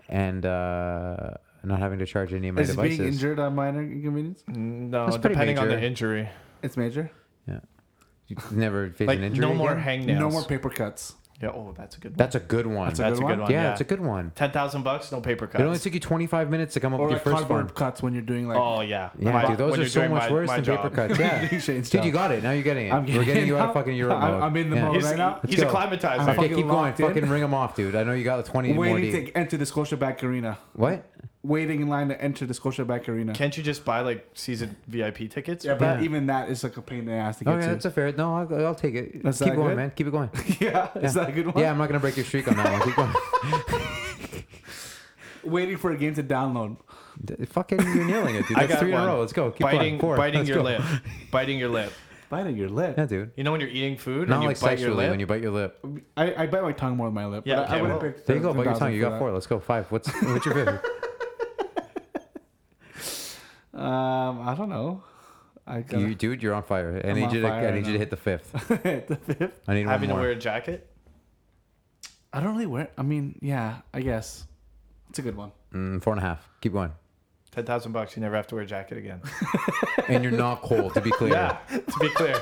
[SPEAKER 1] and uh not having to charge any of my
[SPEAKER 2] Is
[SPEAKER 1] devices.
[SPEAKER 2] being injured a minor inconvenience?
[SPEAKER 3] No,
[SPEAKER 1] That's pretty
[SPEAKER 3] depending on the
[SPEAKER 1] major.
[SPEAKER 3] injury.
[SPEAKER 2] It's major.
[SPEAKER 1] You never face
[SPEAKER 3] Like
[SPEAKER 1] an injury.
[SPEAKER 3] no more
[SPEAKER 1] again?
[SPEAKER 3] hangnails.
[SPEAKER 2] No more paper cuts.
[SPEAKER 3] Yeah. Oh, that's a good.
[SPEAKER 1] That's a good one.
[SPEAKER 2] That's
[SPEAKER 3] one.
[SPEAKER 2] a good one?
[SPEAKER 1] yeah,
[SPEAKER 3] yeah,
[SPEAKER 1] it's a good one.
[SPEAKER 3] ten thousand bucks, no paper
[SPEAKER 1] It only
[SPEAKER 3] cuts.
[SPEAKER 1] took you 25 minutes to come up
[SPEAKER 2] Or
[SPEAKER 1] with your
[SPEAKER 2] like
[SPEAKER 1] first
[SPEAKER 2] cardboard
[SPEAKER 1] one.
[SPEAKER 2] cuts when you're doing like. [laughs]
[SPEAKER 3] Oh yeah.
[SPEAKER 1] Yeah,
[SPEAKER 3] My-
[SPEAKER 1] dude, those
[SPEAKER 3] when
[SPEAKER 1] are
[SPEAKER 3] you're
[SPEAKER 1] so
[SPEAKER 3] doing
[SPEAKER 1] much
[SPEAKER 3] my-
[SPEAKER 1] worse
[SPEAKER 3] my
[SPEAKER 1] than
[SPEAKER 3] job.
[SPEAKER 1] paper cuts.
[SPEAKER 3] [laughs]
[SPEAKER 1] Yeah,
[SPEAKER 2] Shane's
[SPEAKER 1] dude,
[SPEAKER 2] job.
[SPEAKER 1] you got it. Now you're getting it.
[SPEAKER 2] I'm
[SPEAKER 1] We're getting
[SPEAKER 2] getting
[SPEAKER 1] you out of
[SPEAKER 2] it.
[SPEAKER 1] fucking Europe
[SPEAKER 2] [laughs] I'm-
[SPEAKER 1] mode.
[SPEAKER 2] I'm in the
[SPEAKER 1] Yeah.
[SPEAKER 2] mode.
[SPEAKER 3] He's,
[SPEAKER 2] Right now?
[SPEAKER 3] he's
[SPEAKER 1] Let's go.
[SPEAKER 3] acclimatized.
[SPEAKER 2] I'm
[SPEAKER 3] right?
[SPEAKER 1] Okay,
[SPEAKER 2] fucking
[SPEAKER 1] keep going.
[SPEAKER 2] locked in.
[SPEAKER 1] Fucking ring them off, dude. I know you got 20 more
[SPEAKER 2] waiting
[SPEAKER 1] deep.
[SPEAKER 2] to enter the Scotiabank Arena.
[SPEAKER 1] What?
[SPEAKER 2] Waiting in line to enter the Scotiabank Arena.
[SPEAKER 3] Can't you just buy like season VIP tickets?
[SPEAKER 2] yeah, but
[SPEAKER 1] Yeah.
[SPEAKER 2] even that is like a pain in the ass to get
[SPEAKER 1] Okay,
[SPEAKER 2] to.
[SPEAKER 1] Oh, that's a fair. No, I'll, I'll take it.
[SPEAKER 2] That's
[SPEAKER 1] keep
[SPEAKER 2] that
[SPEAKER 1] going,
[SPEAKER 2] good?
[SPEAKER 1] man. Keep it
[SPEAKER 2] [laughs]
[SPEAKER 1] going.
[SPEAKER 2] yeah, is that a good one?
[SPEAKER 1] Yeah, I'm not gonna break your streak on that one. Keep going. [laughs]
[SPEAKER 2] Waiting for a game to download.
[SPEAKER 1] D- fucking, you're nailing it, dude.
[SPEAKER 3] I
[SPEAKER 1] That's
[SPEAKER 3] got
[SPEAKER 1] three in
[SPEAKER 3] one.
[SPEAKER 1] a row. Let's go. Keep
[SPEAKER 3] biting
[SPEAKER 1] going. Four.
[SPEAKER 3] biting
[SPEAKER 1] Let's
[SPEAKER 3] your
[SPEAKER 1] go. [laughs]
[SPEAKER 3] lip. biting your lip.
[SPEAKER 2] Biting your lip.
[SPEAKER 1] Yeah, dude.
[SPEAKER 3] You know when you're eating food and
[SPEAKER 1] Not
[SPEAKER 3] you
[SPEAKER 1] like
[SPEAKER 3] bite your
[SPEAKER 1] sexually
[SPEAKER 3] lip?
[SPEAKER 1] when you bite your lip.
[SPEAKER 2] I, I bite my tongue more than my lip.
[SPEAKER 3] Yeah,
[SPEAKER 2] but I- I
[SPEAKER 3] okay,
[SPEAKER 2] wouldn't
[SPEAKER 3] well.
[SPEAKER 2] pick
[SPEAKER 1] There you go. Bite your
[SPEAKER 2] 10,000
[SPEAKER 1] tongue. You
[SPEAKER 2] for
[SPEAKER 1] got four. Let's go. Five.
[SPEAKER 2] [laughs]
[SPEAKER 1] What's what's your favorite?
[SPEAKER 2] that. Um, I don't know. I got [laughs]
[SPEAKER 1] you, dude, you're on fire. I
[SPEAKER 2] I'm
[SPEAKER 1] need
[SPEAKER 2] on
[SPEAKER 1] you to.
[SPEAKER 2] fire
[SPEAKER 1] I need
[SPEAKER 2] right
[SPEAKER 1] you
[SPEAKER 2] now.
[SPEAKER 1] to hit the fifth.
[SPEAKER 2] the fifth.
[SPEAKER 1] I
[SPEAKER 2] [laughs]
[SPEAKER 1] need one
[SPEAKER 3] Having to wear
[SPEAKER 1] more.
[SPEAKER 3] a jacket?
[SPEAKER 2] I don't really wear. I mean, yeah, I guess it's a good [laughs] one.
[SPEAKER 1] Mm, four and a half. Keep going.
[SPEAKER 3] Ten thousand bucks, you never have to wear a
[SPEAKER 1] [laughs]
[SPEAKER 3] jacket again.
[SPEAKER 1] And you're not cold,
[SPEAKER 2] [laughs]
[SPEAKER 1] to be clear.
[SPEAKER 3] yeah. To be clear.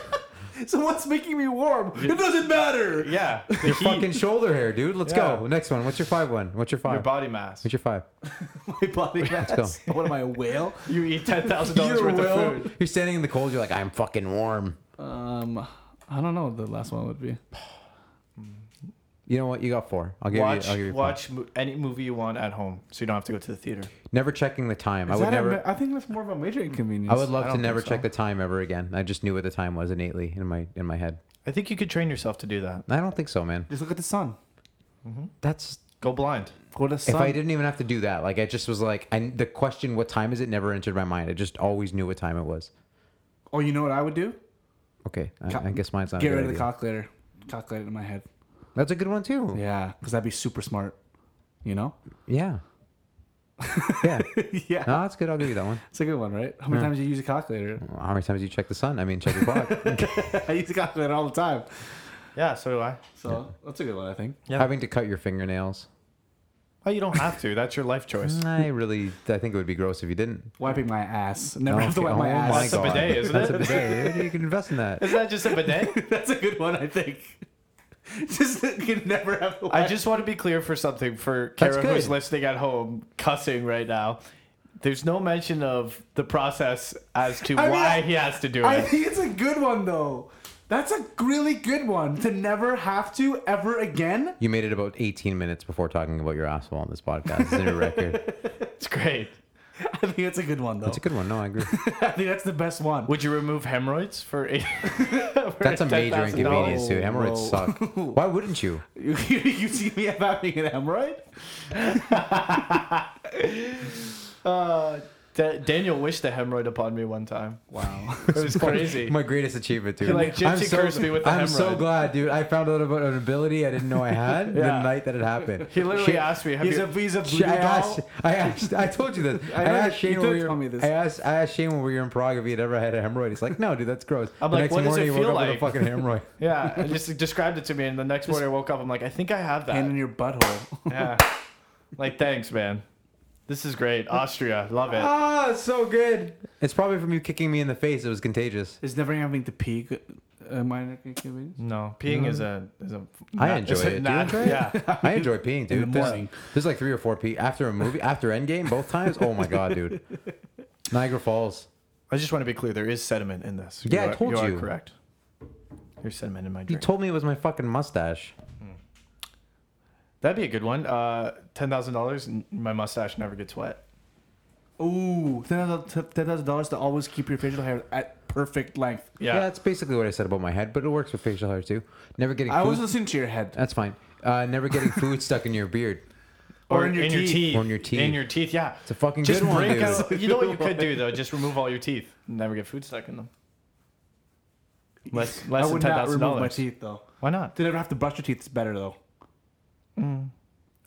[SPEAKER 2] So what's making me warm? It doesn't matter. [laughs]
[SPEAKER 1] [laughs]
[SPEAKER 3] Yeah. The
[SPEAKER 1] Your
[SPEAKER 3] heat,
[SPEAKER 1] fucking shoulder hair, dude. Let's go.
[SPEAKER 3] Yeah.
[SPEAKER 1] Next one. What's your five one? What's your
[SPEAKER 3] your
[SPEAKER 1] five?
[SPEAKER 3] body mass.
[SPEAKER 1] What's your five?
[SPEAKER 2] My body mass. [laughs] What am I a whale?
[SPEAKER 3] You eat ten
[SPEAKER 1] [laughs]
[SPEAKER 3] thousand dollars
[SPEAKER 2] You're
[SPEAKER 3] worth
[SPEAKER 2] well-
[SPEAKER 3] of food.
[SPEAKER 1] You're standing in the cold. You're like, I'm fucking warm.
[SPEAKER 2] Um, I don't know what the last one would be.
[SPEAKER 1] You know what? You got four. I'll give
[SPEAKER 3] Watch
[SPEAKER 1] you. I'll give you
[SPEAKER 3] watch mo- any movie you want at home, so you don't have to go to the theater.
[SPEAKER 1] Five. Never checking the time. I
[SPEAKER 2] Is
[SPEAKER 1] would
[SPEAKER 2] that a
[SPEAKER 1] never.
[SPEAKER 2] ma- I think that's more of a major inconvenience.
[SPEAKER 1] I would
[SPEAKER 3] I
[SPEAKER 1] love to
[SPEAKER 3] don't
[SPEAKER 1] never
[SPEAKER 3] think
[SPEAKER 1] check
[SPEAKER 3] so.
[SPEAKER 1] the time ever again. I just knew what the time was innately in my in my head.
[SPEAKER 3] I think you could train yourself to do that.
[SPEAKER 1] I don't think so, man.
[SPEAKER 2] just look at the sun.
[SPEAKER 1] That's
[SPEAKER 3] Go blind.
[SPEAKER 2] Go to sun.
[SPEAKER 1] if I didn't even have to do that. Like I just was like, I the question, what time is it? Never entered my mind. I just always knew what time it was.
[SPEAKER 2] Oh, you know what I would do?
[SPEAKER 1] Okay,
[SPEAKER 2] Ca-
[SPEAKER 1] I, I guess mine's not.
[SPEAKER 2] Get
[SPEAKER 1] a good
[SPEAKER 2] rid of the
[SPEAKER 1] idea.
[SPEAKER 2] calculator. Calculator in my head.
[SPEAKER 1] That's a good one too.
[SPEAKER 2] Yeah, because that'd be super smart. You know?
[SPEAKER 1] Yeah. Yeah.
[SPEAKER 2] [laughs] yeah.
[SPEAKER 1] No, that's good. I'll give you that one.
[SPEAKER 2] It's a good one, right? How many
[SPEAKER 1] Yeah.
[SPEAKER 2] times do you use a calculator? [laughs]
[SPEAKER 1] How many times do you check the sun? I mean, check your clock.
[SPEAKER 2] I use a calculator all the time.
[SPEAKER 3] Yeah, so do I.
[SPEAKER 2] So that's a good one, I think.
[SPEAKER 3] [laughs] Yeah.
[SPEAKER 1] Having to cut your fingernails.
[SPEAKER 3] Oh, you don't have to. That's your life choice.
[SPEAKER 1] [laughs] I really, I think it would be gross if you didn't.
[SPEAKER 2] Wiping my [laughs] ass. Never have to
[SPEAKER 1] Okay.
[SPEAKER 2] wipe my
[SPEAKER 1] Oh
[SPEAKER 2] ass.
[SPEAKER 3] That's a
[SPEAKER 1] God.
[SPEAKER 3] bidet, isn't
[SPEAKER 1] That's
[SPEAKER 3] it?
[SPEAKER 1] a bidet. You can invest in
[SPEAKER 3] [laughs]
[SPEAKER 1] that.
[SPEAKER 3] Is that just a
[SPEAKER 2] [laughs]
[SPEAKER 3] bidet?
[SPEAKER 2] That's a good one, I think. [laughs] Just you can never have. to
[SPEAKER 3] I
[SPEAKER 2] wipe-
[SPEAKER 3] just want to be clear for something for
[SPEAKER 1] That's
[SPEAKER 3] Kara who's
[SPEAKER 1] good.
[SPEAKER 3] listening at home, cussing right now. There's no mention of the process as
[SPEAKER 1] [laughs]
[SPEAKER 3] to
[SPEAKER 2] I mean,
[SPEAKER 3] why
[SPEAKER 2] I-
[SPEAKER 3] he has to do
[SPEAKER 2] I
[SPEAKER 3] it.
[SPEAKER 2] think it's a good one though. That's a really good one to never have to ever again.
[SPEAKER 1] You made it about 18 minutes before talking about your asshole on this podcast. It's in your
[SPEAKER 3] [laughs]
[SPEAKER 1] record.
[SPEAKER 3] It's great.
[SPEAKER 2] [laughs] I think it's a good one though.
[SPEAKER 1] That's a good one. No, I agree.
[SPEAKER 2] I think that's the best one.
[SPEAKER 3] Would you remove hemorrhoids for [laughs] eight?
[SPEAKER 1] That's a major inconvenience too.
[SPEAKER 2] No,
[SPEAKER 1] Hemorrhoids
[SPEAKER 2] no.
[SPEAKER 3] [laughs]
[SPEAKER 1] suck. Why wouldn't you?
[SPEAKER 2] You, you, [laughs] you see me [laughs] having an hemorrhoid?
[SPEAKER 3] Uh, Da- Daniel wished a hemorrhoid upon me one time.
[SPEAKER 2] [laughs] Wow.
[SPEAKER 3] It was crazy.
[SPEAKER 1] [laughs] My greatest achievement, dude.
[SPEAKER 3] You're like, Gypsy cursed me with the
[SPEAKER 1] I'm so
[SPEAKER 3] hemorrhoid.
[SPEAKER 1] glad, dude. I found out about an ability I didn't know I
[SPEAKER 3] [laughs]
[SPEAKER 1] had the
[SPEAKER 3] Yeah.
[SPEAKER 1] night that it happened.
[SPEAKER 3] He literally
[SPEAKER 1] Shit.
[SPEAKER 3] asked me, Have
[SPEAKER 2] He's
[SPEAKER 3] you,
[SPEAKER 2] a he's a
[SPEAKER 1] Sh-
[SPEAKER 2] voodoo
[SPEAKER 1] I asked,
[SPEAKER 2] doll.
[SPEAKER 1] I asked, I told you this. [laughs] I,
[SPEAKER 2] know
[SPEAKER 1] asked
[SPEAKER 2] you
[SPEAKER 1] Shane
[SPEAKER 2] did
[SPEAKER 1] when we
[SPEAKER 2] tell
[SPEAKER 1] were,
[SPEAKER 2] me this.
[SPEAKER 1] I asked, I asked Shane when we were in Prague if he had ever had a hemorrhoid. He's like, no, dude, that's gross.
[SPEAKER 3] I'm
[SPEAKER 1] the
[SPEAKER 3] like,
[SPEAKER 1] next
[SPEAKER 3] "What does
[SPEAKER 1] morning
[SPEAKER 3] it
[SPEAKER 1] he woke
[SPEAKER 3] feel
[SPEAKER 1] up with a
[SPEAKER 3] like?"
[SPEAKER 1] fucking
[SPEAKER 3] [laughs]
[SPEAKER 1] hemorrhoid.
[SPEAKER 3] [laughs] Yeah, and just described it to me, and the next morning I woke up, I'm like, I think I have
[SPEAKER 2] Hand in
[SPEAKER 3] that.
[SPEAKER 2] your butthole.
[SPEAKER 3] Yeah. Like, thanks, man. This is
[SPEAKER 1] [laughs]
[SPEAKER 3] great. Austria, love it.
[SPEAKER 1] ah, it's so good. It's probably from you kicking me in the face. It was contagious.
[SPEAKER 2] [laughs] Is never having to pee good- a minor inconvenience?
[SPEAKER 3] No, peeing is a is a.
[SPEAKER 1] I enjoy
[SPEAKER 3] is
[SPEAKER 1] it. Do
[SPEAKER 3] a
[SPEAKER 1] you
[SPEAKER 3] nat-
[SPEAKER 1] enjoy it?
[SPEAKER 3] yeah.
[SPEAKER 1] [laughs] [laughs] I enjoy peeing, dude.
[SPEAKER 2] the
[SPEAKER 1] There's-
[SPEAKER 2] morning.
[SPEAKER 1] There's, like three or four pee after a movie, after Endgame, both times. Oh my god,
[SPEAKER 3] [laughs]
[SPEAKER 1] dude. Niagara Falls.
[SPEAKER 3] I just want to be clear. There is sediment in this.
[SPEAKER 1] Yeah, I
[SPEAKER 3] You are-
[SPEAKER 1] told
[SPEAKER 3] you.
[SPEAKER 1] you.
[SPEAKER 3] are correct. There's sediment in my
[SPEAKER 1] You
[SPEAKER 3] drink.
[SPEAKER 1] told me it was my fucking mustache.
[SPEAKER 3] That'd be a good one. Uh, Ten thousand dollars. My mustache never gets wet.
[SPEAKER 2] Ooh, ten thousand dollars to always keep your facial hair at perfect length.
[SPEAKER 1] Yeah.
[SPEAKER 3] Yeah.
[SPEAKER 1] that's basically what I said about my head, but it works with facial hair too. Never getting
[SPEAKER 2] I
[SPEAKER 1] food.
[SPEAKER 2] was listening to your head.
[SPEAKER 1] that's fine. Uh, never getting food stuck in your beard.
[SPEAKER 2] Or in your teeth.
[SPEAKER 1] Or in your teeth.
[SPEAKER 3] In your teeth. Yeah.
[SPEAKER 1] It's a fucking
[SPEAKER 3] Just
[SPEAKER 1] good one,
[SPEAKER 3] break
[SPEAKER 1] dude.
[SPEAKER 3] out. You know what you could do though? Just remove all your teeth. Never get food stuck in them. Less
[SPEAKER 2] [laughs] I
[SPEAKER 3] less than
[SPEAKER 2] would
[SPEAKER 3] ten
[SPEAKER 2] not
[SPEAKER 3] thousand
[SPEAKER 2] remove my
[SPEAKER 3] dollars.
[SPEAKER 2] teeth though.
[SPEAKER 3] Why not?
[SPEAKER 2] They never have to brush your teeth. It's better though.
[SPEAKER 1] I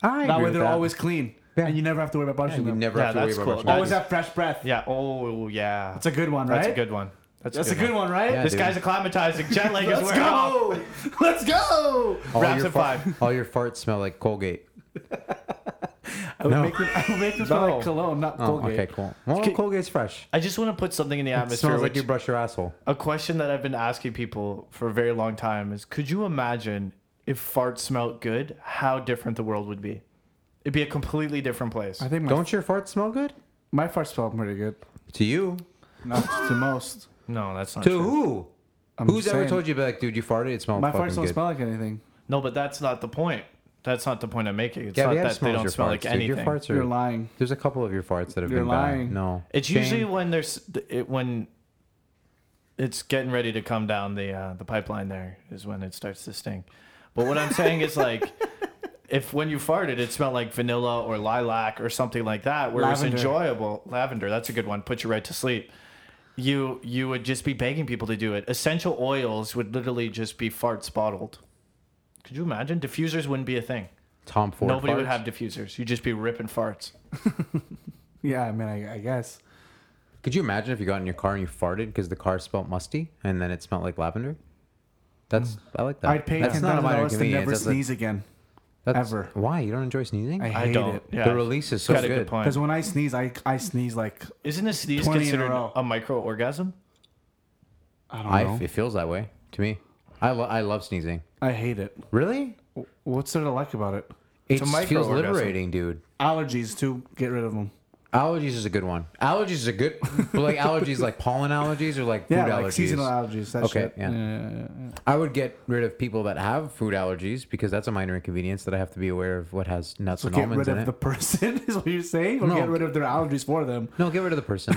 [SPEAKER 2] That
[SPEAKER 1] agree
[SPEAKER 2] way
[SPEAKER 1] with
[SPEAKER 2] they're
[SPEAKER 1] that.
[SPEAKER 2] always clean,
[SPEAKER 1] Yeah.
[SPEAKER 2] and you never have to worry about brushing
[SPEAKER 1] You
[SPEAKER 2] them.
[SPEAKER 1] never
[SPEAKER 3] Yeah,
[SPEAKER 1] have to worry
[SPEAKER 3] that's
[SPEAKER 1] about
[SPEAKER 3] cool.
[SPEAKER 1] brushing
[SPEAKER 2] always
[SPEAKER 1] that.
[SPEAKER 2] have fresh breath.
[SPEAKER 3] Yeah. Oh yeah.
[SPEAKER 2] That's a good one, right?
[SPEAKER 3] That's a good one. That's,
[SPEAKER 2] That's a good one, right?
[SPEAKER 1] Yeah,
[SPEAKER 3] This
[SPEAKER 1] dude.
[SPEAKER 3] guy's acclimatizing. Jet lag
[SPEAKER 2] [laughs]
[SPEAKER 3] is
[SPEAKER 2] Let's
[SPEAKER 3] wearing off.
[SPEAKER 2] go. [laughs] Let's go.
[SPEAKER 1] All
[SPEAKER 3] Wraps
[SPEAKER 1] your
[SPEAKER 3] at
[SPEAKER 1] fart-
[SPEAKER 3] five.
[SPEAKER 1] All your farts smell like Colgate.
[SPEAKER 2] I would
[SPEAKER 1] No.
[SPEAKER 2] make them, I would make them smell
[SPEAKER 3] No.
[SPEAKER 2] like cologne, not
[SPEAKER 1] Oh,
[SPEAKER 2] Colgate.
[SPEAKER 1] okay, cool. Well,
[SPEAKER 3] Okay.
[SPEAKER 1] Colgate's fresh.
[SPEAKER 3] I just want to put something in the
[SPEAKER 1] It
[SPEAKER 3] atmosphere.
[SPEAKER 1] smells like
[SPEAKER 3] which-
[SPEAKER 1] you brush your asshole.
[SPEAKER 3] a question that I've been asking people for a very long time is: Could you imagine if farts smelled good? How different the world would be. It'd be a completely different place.
[SPEAKER 2] I think my,
[SPEAKER 1] Don't your farts smell good?
[SPEAKER 2] my farts smell pretty good.
[SPEAKER 1] To you?
[SPEAKER 2] Not to most.
[SPEAKER 3] No, that's not
[SPEAKER 1] To
[SPEAKER 3] true.
[SPEAKER 1] who?
[SPEAKER 2] I'm
[SPEAKER 1] Who's
[SPEAKER 2] just
[SPEAKER 1] ever
[SPEAKER 2] saying.
[SPEAKER 1] told you, be like, dude, you farted? It smelled
[SPEAKER 2] My
[SPEAKER 1] fucking
[SPEAKER 2] farts don't
[SPEAKER 1] good.
[SPEAKER 2] smell like anything.
[SPEAKER 3] No, but that's not the point. That's not the point I'm making. It's
[SPEAKER 1] yeah,
[SPEAKER 3] not
[SPEAKER 1] we have
[SPEAKER 3] that they
[SPEAKER 1] smells
[SPEAKER 3] don't
[SPEAKER 1] your
[SPEAKER 3] smell
[SPEAKER 1] farts,
[SPEAKER 3] like
[SPEAKER 1] dude.
[SPEAKER 3] anything.
[SPEAKER 1] Your farts are.
[SPEAKER 2] You're lying.
[SPEAKER 1] There's a couple of your farts that have
[SPEAKER 2] You're
[SPEAKER 1] been
[SPEAKER 2] lying.
[SPEAKER 1] bad. No,
[SPEAKER 3] It's
[SPEAKER 1] Shane,
[SPEAKER 3] usually when there's it, when it's getting ready to come down the uh, the pipeline. There is when it starts to stink. But what I'm saying
[SPEAKER 2] [laughs]
[SPEAKER 3] is like. If when you farted, it smelled like vanilla or lilac or something like that, where it's
[SPEAKER 2] Lavender.
[SPEAKER 3] enjoyable. Lavender, that's a good one. Put you right to sleep. You you would just be begging people to do it. Essential oils would literally just be farts bottled. Could you imagine? Diffusers wouldn't be a thing.
[SPEAKER 1] Tom Ford.
[SPEAKER 3] Nobody would
[SPEAKER 1] farts.
[SPEAKER 3] have diffusers. You'd just be ripping farts.
[SPEAKER 2] Yeah, I mean, I, I guess.
[SPEAKER 1] Could you imagine if you got in your car and you farted because the car smelled musty and then it smelled like lavender? That's I like that.
[SPEAKER 2] I'd pay
[SPEAKER 1] that's
[SPEAKER 2] ten thousand dollars to
[SPEAKER 1] inconvenience.
[SPEAKER 2] never
[SPEAKER 1] That's a-
[SPEAKER 2] sneeze again.
[SPEAKER 1] that's-
[SPEAKER 2] ever.
[SPEAKER 1] Why you don't enjoy sneezing?
[SPEAKER 2] I
[SPEAKER 3] I
[SPEAKER 2] hate
[SPEAKER 3] don't.
[SPEAKER 2] it.
[SPEAKER 3] Yeah.
[SPEAKER 1] The release is so
[SPEAKER 3] Got a good
[SPEAKER 1] good.
[SPEAKER 3] point.
[SPEAKER 2] Because when I sneeze, I, I sneeze like
[SPEAKER 3] Isn't a sneeze
[SPEAKER 2] 20 in a
[SPEAKER 3] considered
[SPEAKER 2] row.
[SPEAKER 3] a micro orgasm?
[SPEAKER 2] I don't
[SPEAKER 1] I,
[SPEAKER 2] know.
[SPEAKER 1] it feels that way to me. I lo- I love sneezing.
[SPEAKER 2] I hate it.
[SPEAKER 1] Really?
[SPEAKER 2] What's there to like about it?
[SPEAKER 1] It
[SPEAKER 3] a
[SPEAKER 1] just feels
[SPEAKER 3] microorganism.
[SPEAKER 1] liberating, dude.
[SPEAKER 2] Allergies too. Get rid of them.
[SPEAKER 1] Allergies is a good one. Allergies is a good, but like allergies, like pollen allergies or like food
[SPEAKER 2] [laughs] Yeah,
[SPEAKER 1] allergies.
[SPEAKER 2] like seasonal allergies. That
[SPEAKER 1] Okay,
[SPEAKER 2] shit.
[SPEAKER 1] yeah.
[SPEAKER 2] yeah, yeah, yeah.
[SPEAKER 1] I would get rid of people that have food allergies because that's a minor inconvenience that I have to be aware of what has nuts
[SPEAKER 2] So
[SPEAKER 1] and
[SPEAKER 2] get
[SPEAKER 1] almonds
[SPEAKER 2] rid
[SPEAKER 1] in
[SPEAKER 2] of
[SPEAKER 1] it.
[SPEAKER 2] the person [laughs] is what you're saying, or
[SPEAKER 1] No.
[SPEAKER 2] get rid of their allergies for them.
[SPEAKER 1] No, get rid of the
[SPEAKER 2] [laughs]
[SPEAKER 1] person.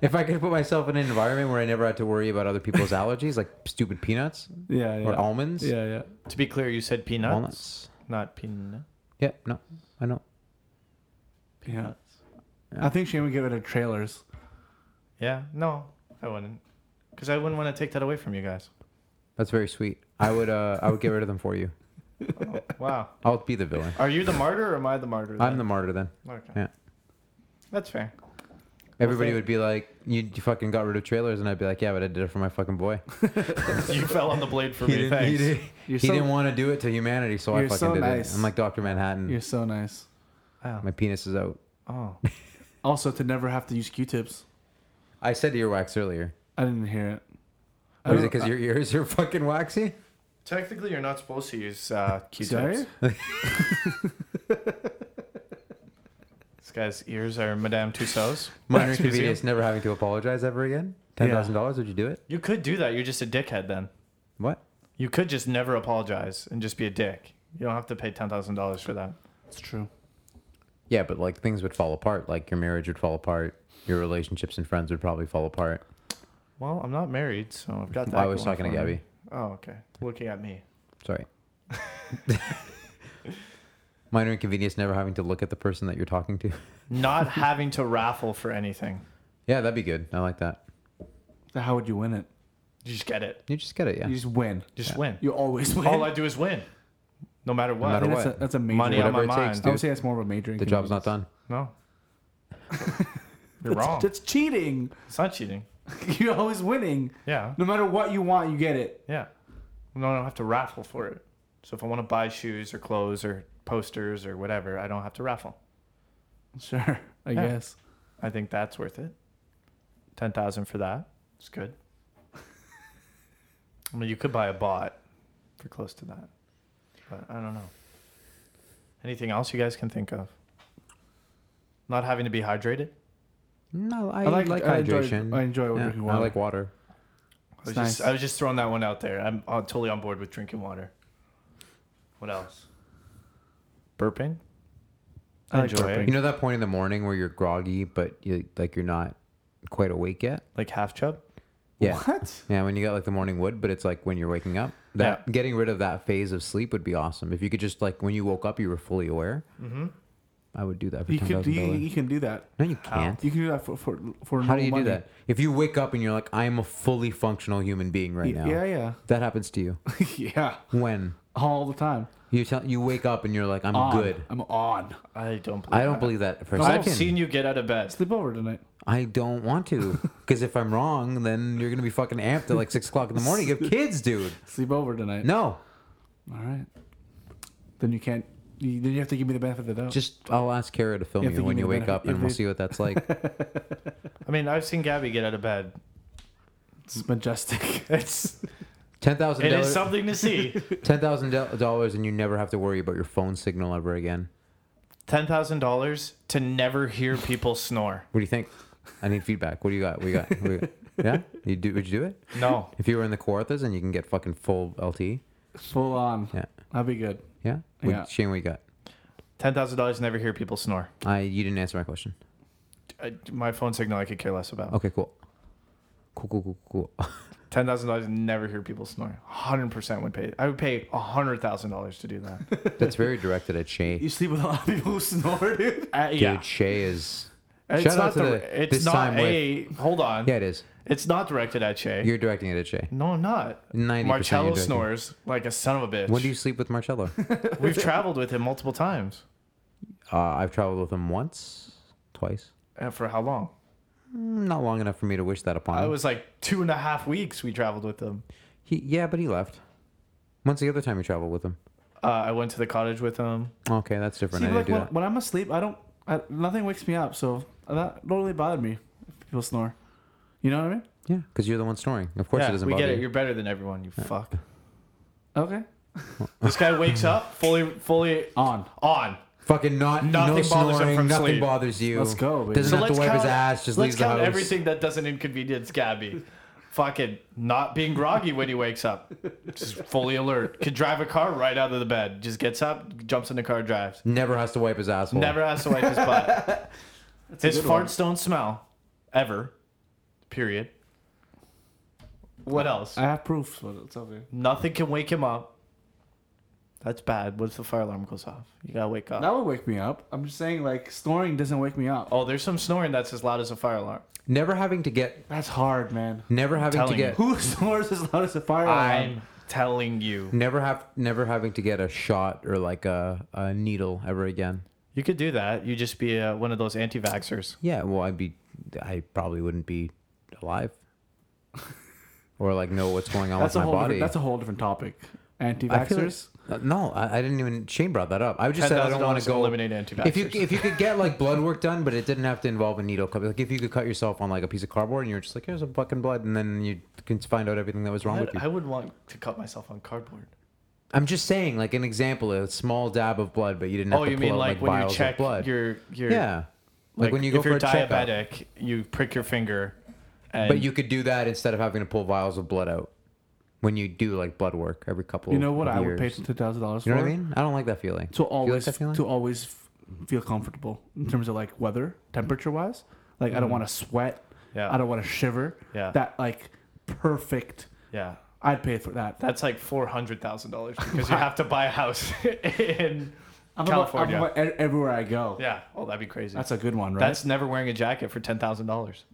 [SPEAKER 1] if I could put myself in an environment where I never had to worry about other people's allergies, like stupid peanuts
[SPEAKER 2] Yeah, yeah.
[SPEAKER 1] or almonds,
[SPEAKER 2] Yeah, yeah.
[SPEAKER 3] To be clear, you said peanuts,
[SPEAKER 1] walnuts.
[SPEAKER 3] not peanut.
[SPEAKER 1] Yeah, no, I know.
[SPEAKER 2] Peanuts. I think Shane would get rid of trailers.
[SPEAKER 3] Yeah, no, I wouldn't, because I wouldn't want to take that away from you guys.
[SPEAKER 1] That's very sweet. I would, uh, I would get rid of them for you.
[SPEAKER 3] Wow.
[SPEAKER 1] I'll be the villain.
[SPEAKER 3] Are you the martyr or am I the martyr?
[SPEAKER 1] I'm the martyr then.
[SPEAKER 3] martyr.
[SPEAKER 1] yeah.
[SPEAKER 3] That's fair. [laughs]
[SPEAKER 1] Everybody
[SPEAKER 3] thank-
[SPEAKER 1] would be like, you, you fucking got rid of trailers. And I'd be like, yeah, but I did it for my fucking boy.
[SPEAKER 3] You fell on the blade for
[SPEAKER 1] He
[SPEAKER 3] me.
[SPEAKER 1] didn't, he,
[SPEAKER 3] Thanks.
[SPEAKER 1] did,
[SPEAKER 2] You're
[SPEAKER 1] he
[SPEAKER 2] so-
[SPEAKER 1] didn't want to do it to humanity, so I
[SPEAKER 2] You're
[SPEAKER 1] fucking
[SPEAKER 2] so
[SPEAKER 1] did
[SPEAKER 2] nice.
[SPEAKER 1] it. I'm like Dr. Manhattan.
[SPEAKER 2] You're so nice.
[SPEAKER 3] Wow.
[SPEAKER 1] My penis is out.
[SPEAKER 3] Oh.
[SPEAKER 2] Also, to never have to use Q-tips.
[SPEAKER 1] I said earwax earlier.
[SPEAKER 2] I didn't hear it. I
[SPEAKER 1] Was it
[SPEAKER 2] don't-
[SPEAKER 1] because your ears are fucking
[SPEAKER 2] [laughs]
[SPEAKER 1] waxy?
[SPEAKER 3] Technically, you're not supposed to use uh, Q-tips.
[SPEAKER 2] Sorry?
[SPEAKER 3] [laughs] This guy's ears are Madame Tussauds.
[SPEAKER 1] Minor
[SPEAKER 3] Excuse you.
[SPEAKER 1] inconvenience, never having to apologize ever again.
[SPEAKER 2] Yeah.
[SPEAKER 1] Ten thousand dollars? Would you do it?
[SPEAKER 3] You could do that. You're just a dickhead then.
[SPEAKER 1] What?
[SPEAKER 3] You could just never apologize and just be a dick. You don't have to pay ten thousand dollars for that.
[SPEAKER 2] It's true.
[SPEAKER 1] Yeah, but like things would fall apart. Like your marriage would fall apart. Your relationships and friends would probably fall apart.
[SPEAKER 3] Well, I'm not married, so I've got that.
[SPEAKER 1] I was
[SPEAKER 3] going
[SPEAKER 1] talking to
[SPEAKER 3] for me.
[SPEAKER 1] Gabby.
[SPEAKER 3] Oh, okay. Looking at me.
[SPEAKER 2] [laughs]
[SPEAKER 1] Sorry. Minor inconvenience, never having to look at the person that you're talking to. [laughs]
[SPEAKER 3] Not [laughs] having to raffle for anything.
[SPEAKER 1] Yeah, that'd be good. I like that.
[SPEAKER 2] So how would you win it?
[SPEAKER 3] You just get it.
[SPEAKER 1] You just get it, yeah.
[SPEAKER 2] You just win.
[SPEAKER 3] Just win.
[SPEAKER 2] You always win.
[SPEAKER 3] All I do is win, no matter what.
[SPEAKER 1] matter
[SPEAKER 2] And that's,
[SPEAKER 1] what?
[SPEAKER 2] A, that's a major.
[SPEAKER 3] Money on
[SPEAKER 1] Whatever
[SPEAKER 3] my
[SPEAKER 1] it takes,
[SPEAKER 3] mind.
[SPEAKER 2] I would say that's more of a major.
[SPEAKER 1] the job's not
[SPEAKER 2] inconvenience.
[SPEAKER 1] done.
[SPEAKER 3] No.
[SPEAKER 1] [laughs]
[SPEAKER 3] You're wrong.
[SPEAKER 2] That's, that's cheating. [laughs]
[SPEAKER 3] It's not cheating.
[SPEAKER 2] You're always winning.
[SPEAKER 3] Yeah.
[SPEAKER 2] No matter what you want, you get it.
[SPEAKER 3] Yeah. No, I don't have to raffle for it. So if I want to buy shoes or clothes or posters or whatever, I don't have to raffle.
[SPEAKER 2] Sure. I
[SPEAKER 3] Yeah.
[SPEAKER 2] guess.
[SPEAKER 3] I think that's worth it. Ten thousand for that. It's good. I mean, you could buy a bot for close to that, but I don't know. Anything else you guys can think of? Not having to be hydrated.
[SPEAKER 1] No, I,
[SPEAKER 2] I like-
[SPEAKER 1] like,
[SPEAKER 2] like I enjoy-
[SPEAKER 1] hydration.
[SPEAKER 2] I enjoy
[SPEAKER 1] yeah,
[SPEAKER 2] drinking
[SPEAKER 1] I
[SPEAKER 2] water.
[SPEAKER 1] like water.
[SPEAKER 3] I was,
[SPEAKER 2] It's
[SPEAKER 3] just,
[SPEAKER 2] nice.
[SPEAKER 3] I was just throwing that one out there. I'm, uh totally on board with drinking water. What else? Burping.
[SPEAKER 2] I like
[SPEAKER 3] Enjoy it.
[SPEAKER 2] burping.
[SPEAKER 1] You know that point in the morning where you're groggy, but you like you're not quite awake yet.
[SPEAKER 3] Like half chub.
[SPEAKER 1] Yeah.
[SPEAKER 2] What?
[SPEAKER 1] Yeah, when you got like the morning wood, but it's like when you're waking up. That
[SPEAKER 3] Yeah.
[SPEAKER 1] getting rid of that phase of sleep would be awesome. If you could just like when you woke up, you were fully aware. Mm-hmm. I would do that for
[SPEAKER 2] You
[SPEAKER 1] ten
[SPEAKER 2] could.
[SPEAKER 1] thousand
[SPEAKER 2] You, you
[SPEAKER 1] dollars.
[SPEAKER 2] can do that.
[SPEAKER 1] No, you can't.
[SPEAKER 2] You can do that for for for
[SPEAKER 1] How
[SPEAKER 2] no
[SPEAKER 1] do you
[SPEAKER 2] money.
[SPEAKER 1] do that? If you wake up and you're like, I'm a fully functional human being right
[SPEAKER 2] Y-
[SPEAKER 1] now.
[SPEAKER 2] Yeah, yeah,
[SPEAKER 1] That happens
[SPEAKER 2] [laughs]
[SPEAKER 1] to you.
[SPEAKER 2] yeah.
[SPEAKER 1] When
[SPEAKER 2] All the time.
[SPEAKER 1] you tell you wake up and you're like, I'm
[SPEAKER 2] On.
[SPEAKER 1] good.
[SPEAKER 2] I'm on.
[SPEAKER 3] I don't. Believe
[SPEAKER 1] I don't
[SPEAKER 3] that.
[SPEAKER 1] believe that for a
[SPEAKER 3] I've
[SPEAKER 1] second.
[SPEAKER 3] seen you get out of bed.
[SPEAKER 2] Sleep over tonight.
[SPEAKER 1] I don't want to.
[SPEAKER 2] [laughs]
[SPEAKER 1] Because if I'm wrong, then you're gonna be fucking amped at like six o'clock in the morning. You have kids, dude.
[SPEAKER 2] Sleep over tonight.
[SPEAKER 1] No.
[SPEAKER 2] All right. Then you can't. You, then you have to give me the benefit of the doubt.
[SPEAKER 1] Just I'll ask Kara to film you,
[SPEAKER 2] You have to give
[SPEAKER 1] when
[SPEAKER 2] me
[SPEAKER 1] you
[SPEAKER 2] the
[SPEAKER 1] wake
[SPEAKER 2] benefit-
[SPEAKER 1] up, and
[SPEAKER 2] if
[SPEAKER 1] we'll
[SPEAKER 2] [laughs] it-
[SPEAKER 1] see what that's like.
[SPEAKER 3] I mean, I've seen Gabby get out of bed.
[SPEAKER 2] it's majestic. [laughs]
[SPEAKER 3] It's
[SPEAKER 1] Ten thousand
[SPEAKER 3] it is
[SPEAKER 1] dollars.
[SPEAKER 3] something to see.
[SPEAKER 1] Ten thousand dollars, and you never have to worry about your phone signal ever again.
[SPEAKER 3] [laughs] Ten thousand dollars to never hear people snore.
[SPEAKER 1] What do you think? I need feedback. What do you got? What do you got? What do you
[SPEAKER 2] [laughs]
[SPEAKER 1] got? Yeah, you do. Would you do it
[SPEAKER 3] No,
[SPEAKER 1] if you were in the Kawarthas and you can get fucking full LT?
[SPEAKER 2] Full on.
[SPEAKER 1] Yeah,
[SPEAKER 2] That'd be good.
[SPEAKER 1] yeah. What,
[SPEAKER 2] Yeah.
[SPEAKER 1] Shane, what you got?
[SPEAKER 3] ten thousand dollars never hear people snore.
[SPEAKER 1] I you didn't answer my question.
[SPEAKER 3] I, my phone signal I could care less about.
[SPEAKER 1] Okay, cool. Cool, cool, cool, cool. [laughs]
[SPEAKER 3] Ten thousand dollars never hear people snore. Hundred percent would pay. I would pay hundred thousand dollars to do that. [laughs]
[SPEAKER 1] That's very directed at
[SPEAKER 2] You
[SPEAKER 1] Shay.
[SPEAKER 2] sleep with a lot of people who [laughs] snore, dude.
[SPEAKER 3] Uh, yeah,
[SPEAKER 1] Dude, Shay is.
[SPEAKER 3] it's
[SPEAKER 1] Shout out
[SPEAKER 3] not
[SPEAKER 1] to
[SPEAKER 3] the,
[SPEAKER 1] the-
[SPEAKER 3] It's
[SPEAKER 1] this
[SPEAKER 3] not
[SPEAKER 1] time
[SPEAKER 3] a. Hold on.
[SPEAKER 1] Yeah, it is.
[SPEAKER 3] It's not directed at Shay.
[SPEAKER 1] You're directing it at Shay.
[SPEAKER 3] no, I'm not.
[SPEAKER 1] 90% you're
[SPEAKER 3] Marcello
[SPEAKER 1] directing-
[SPEAKER 3] snores like a son of a bitch.
[SPEAKER 1] When do you sleep with Marcello?
[SPEAKER 3] [laughs] We've traveled with him multiple times.
[SPEAKER 1] uh, I've traveled with him once, twice.
[SPEAKER 3] And Uh, for how long?
[SPEAKER 1] Not long enough for me to wish that upon
[SPEAKER 3] I
[SPEAKER 1] him.
[SPEAKER 3] was like two and a half weeks. We traveled with him.
[SPEAKER 1] He, yeah, but he left. When's the other time you traveled with him?
[SPEAKER 3] Uh, I went to the cottage with him.
[SPEAKER 1] Okay, that's different.
[SPEAKER 2] See,
[SPEAKER 1] I didn't
[SPEAKER 2] like
[SPEAKER 1] do
[SPEAKER 2] when,
[SPEAKER 1] that.
[SPEAKER 2] when I'm asleep, I don't. I, nothing wakes me up, so that don't really bother me. If people snore. You know what I mean?
[SPEAKER 1] Yeah, because you're the one snoring. Of course,
[SPEAKER 3] yeah,
[SPEAKER 1] it doesn't
[SPEAKER 3] we
[SPEAKER 1] bother
[SPEAKER 3] get it.
[SPEAKER 1] you.
[SPEAKER 3] You're better than everyone. You
[SPEAKER 1] [laughs]
[SPEAKER 3] fuck.
[SPEAKER 2] Okay.
[SPEAKER 3] This guy wakes up fully, fully
[SPEAKER 2] On.
[SPEAKER 3] on.
[SPEAKER 1] Fucking not
[SPEAKER 3] Nothing
[SPEAKER 1] no
[SPEAKER 3] bothers him
[SPEAKER 1] snoring.
[SPEAKER 3] from
[SPEAKER 1] nothing
[SPEAKER 3] sleep.
[SPEAKER 1] bothers you.
[SPEAKER 2] Let's go, baby.
[SPEAKER 1] Doesn't
[SPEAKER 2] So
[SPEAKER 1] have to wipe his ass. Just
[SPEAKER 3] let's
[SPEAKER 1] leaves the
[SPEAKER 3] count
[SPEAKER 1] house.
[SPEAKER 3] everything that doesn't
[SPEAKER 1] [laughs]
[SPEAKER 3] inconvenience Gabby. Fucking not being groggy when he wakes up. Just fully alert. Could drive a car right out of the bed. Just gets up, jumps in the car, drives.
[SPEAKER 1] Never has to wipe his asshole.
[SPEAKER 3] Never has to wipe his butt.
[SPEAKER 1] [laughs]
[SPEAKER 3] his
[SPEAKER 2] good one.
[SPEAKER 3] farts don't smell. Ever. Period. What else?
[SPEAKER 2] I have proof, so it's okay.
[SPEAKER 3] Nothing can wake him up. That's bad. What if the fire alarm goes off? You gotta wake up.
[SPEAKER 2] That would wake me up. I'm just saying, like snoring doesn't wake me up.
[SPEAKER 3] Oh, there's some snoring that's as loud as a fire alarm.
[SPEAKER 1] Never having to get.
[SPEAKER 2] That's hard, man. [laughs]
[SPEAKER 1] Never having to
[SPEAKER 3] telling you.
[SPEAKER 1] get. Oh,
[SPEAKER 2] Who snores as loud as a fire alarm?
[SPEAKER 3] I'm telling you.
[SPEAKER 1] Never have never having to get a shot or like a, a needle ever again.
[SPEAKER 3] You could do that. You just be uh, one of those anti-vaxxers.
[SPEAKER 1] Yeah, well, I'd be, I probably wouldn't be
[SPEAKER 3] [laughs]
[SPEAKER 1] alive, or like know what's going on
[SPEAKER 2] That's a
[SPEAKER 1] with my
[SPEAKER 2] whole.
[SPEAKER 1] body.
[SPEAKER 2] Different, that's a whole different topic.
[SPEAKER 1] I feel
[SPEAKER 2] Anti-vaxxers.
[SPEAKER 1] like- uh, no, I, I didn't even. Shane brought that up. I just said I don't want
[SPEAKER 3] $10,000
[SPEAKER 1] to go.
[SPEAKER 3] eliminate anti-vaxxers.
[SPEAKER 1] If you if you could get like blood work done, but it didn't have to involve a needle cut. Like if you could cut yourself on like a piece of cardboard, and you're just like, here's a fucking blood, and then you can find out everything that was wrong with
[SPEAKER 3] I'd-
[SPEAKER 1] you.
[SPEAKER 3] I would want to cut myself on cardboard.
[SPEAKER 1] I'm just saying, like an example, a small dab of blood, but you didn't have
[SPEAKER 3] Oh,
[SPEAKER 1] to
[SPEAKER 3] you
[SPEAKER 1] pull
[SPEAKER 3] mean
[SPEAKER 1] out,
[SPEAKER 3] like,
[SPEAKER 1] vials
[SPEAKER 3] when you
[SPEAKER 1] of
[SPEAKER 3] check
[SPEAKER 1] blood.
[SPEAKER 3] your your
[SPEAKER 1] yeah, like, when you go
[SPEAKER 3] if
[SPEAKER 1] for
[SPEAKER 3] you're
[SPEAKER 1] a checkup.
[SPEAKER 3] diabetic, you prick your finger, and
[SPEAKER 1] But you could do that instead of having to pull vials of blood out when you do like blood work every couple.
[SPEAKER 2] you know what?
[SPEAKER 1] of
[SPEAKER 2] I would
[SPEAKER 1] years.
[SPEAKER 2] pay two thousand dollars.
[SPEAKER 1] You know what I mean? I don't like that feeling.
[SPEAKER 2] To
[SPEAKER 1] you
[SPEAKER 2] always
[SPEAKER 1] like that feeling?
[SPEAKER 2] to always f- feel comfortable in terms of like weather, temperature wise. Like
[SPEAKER 1] Mm.
[SPEAKER 2] I don't want to sweat.
[SPEAKER 3] Yeah.
[SPEAKER 2] I don't want to shiver.
[SPEAKER 3] Yeah.
[SPEAKER 2] That like perfect.
[SPEAKER 3] yeah,
[SPEAKER 2] I'd pay for that.
[SPEAKER 3] that's like four hundred thousand dollars because you have to buy a house [laughs] in
[SPEAKER 2] I'm about- I'm
[SPEAKER 3] California.
[SPEAKER 2] about e- everywhere I go.
[SPEAKER 3] yeah, oh, that'd be crazy. That's,
[SPEAKER 2] That's a good one, right?
[SPEAKER 3] never wearing a jacket for ten thousand dollars.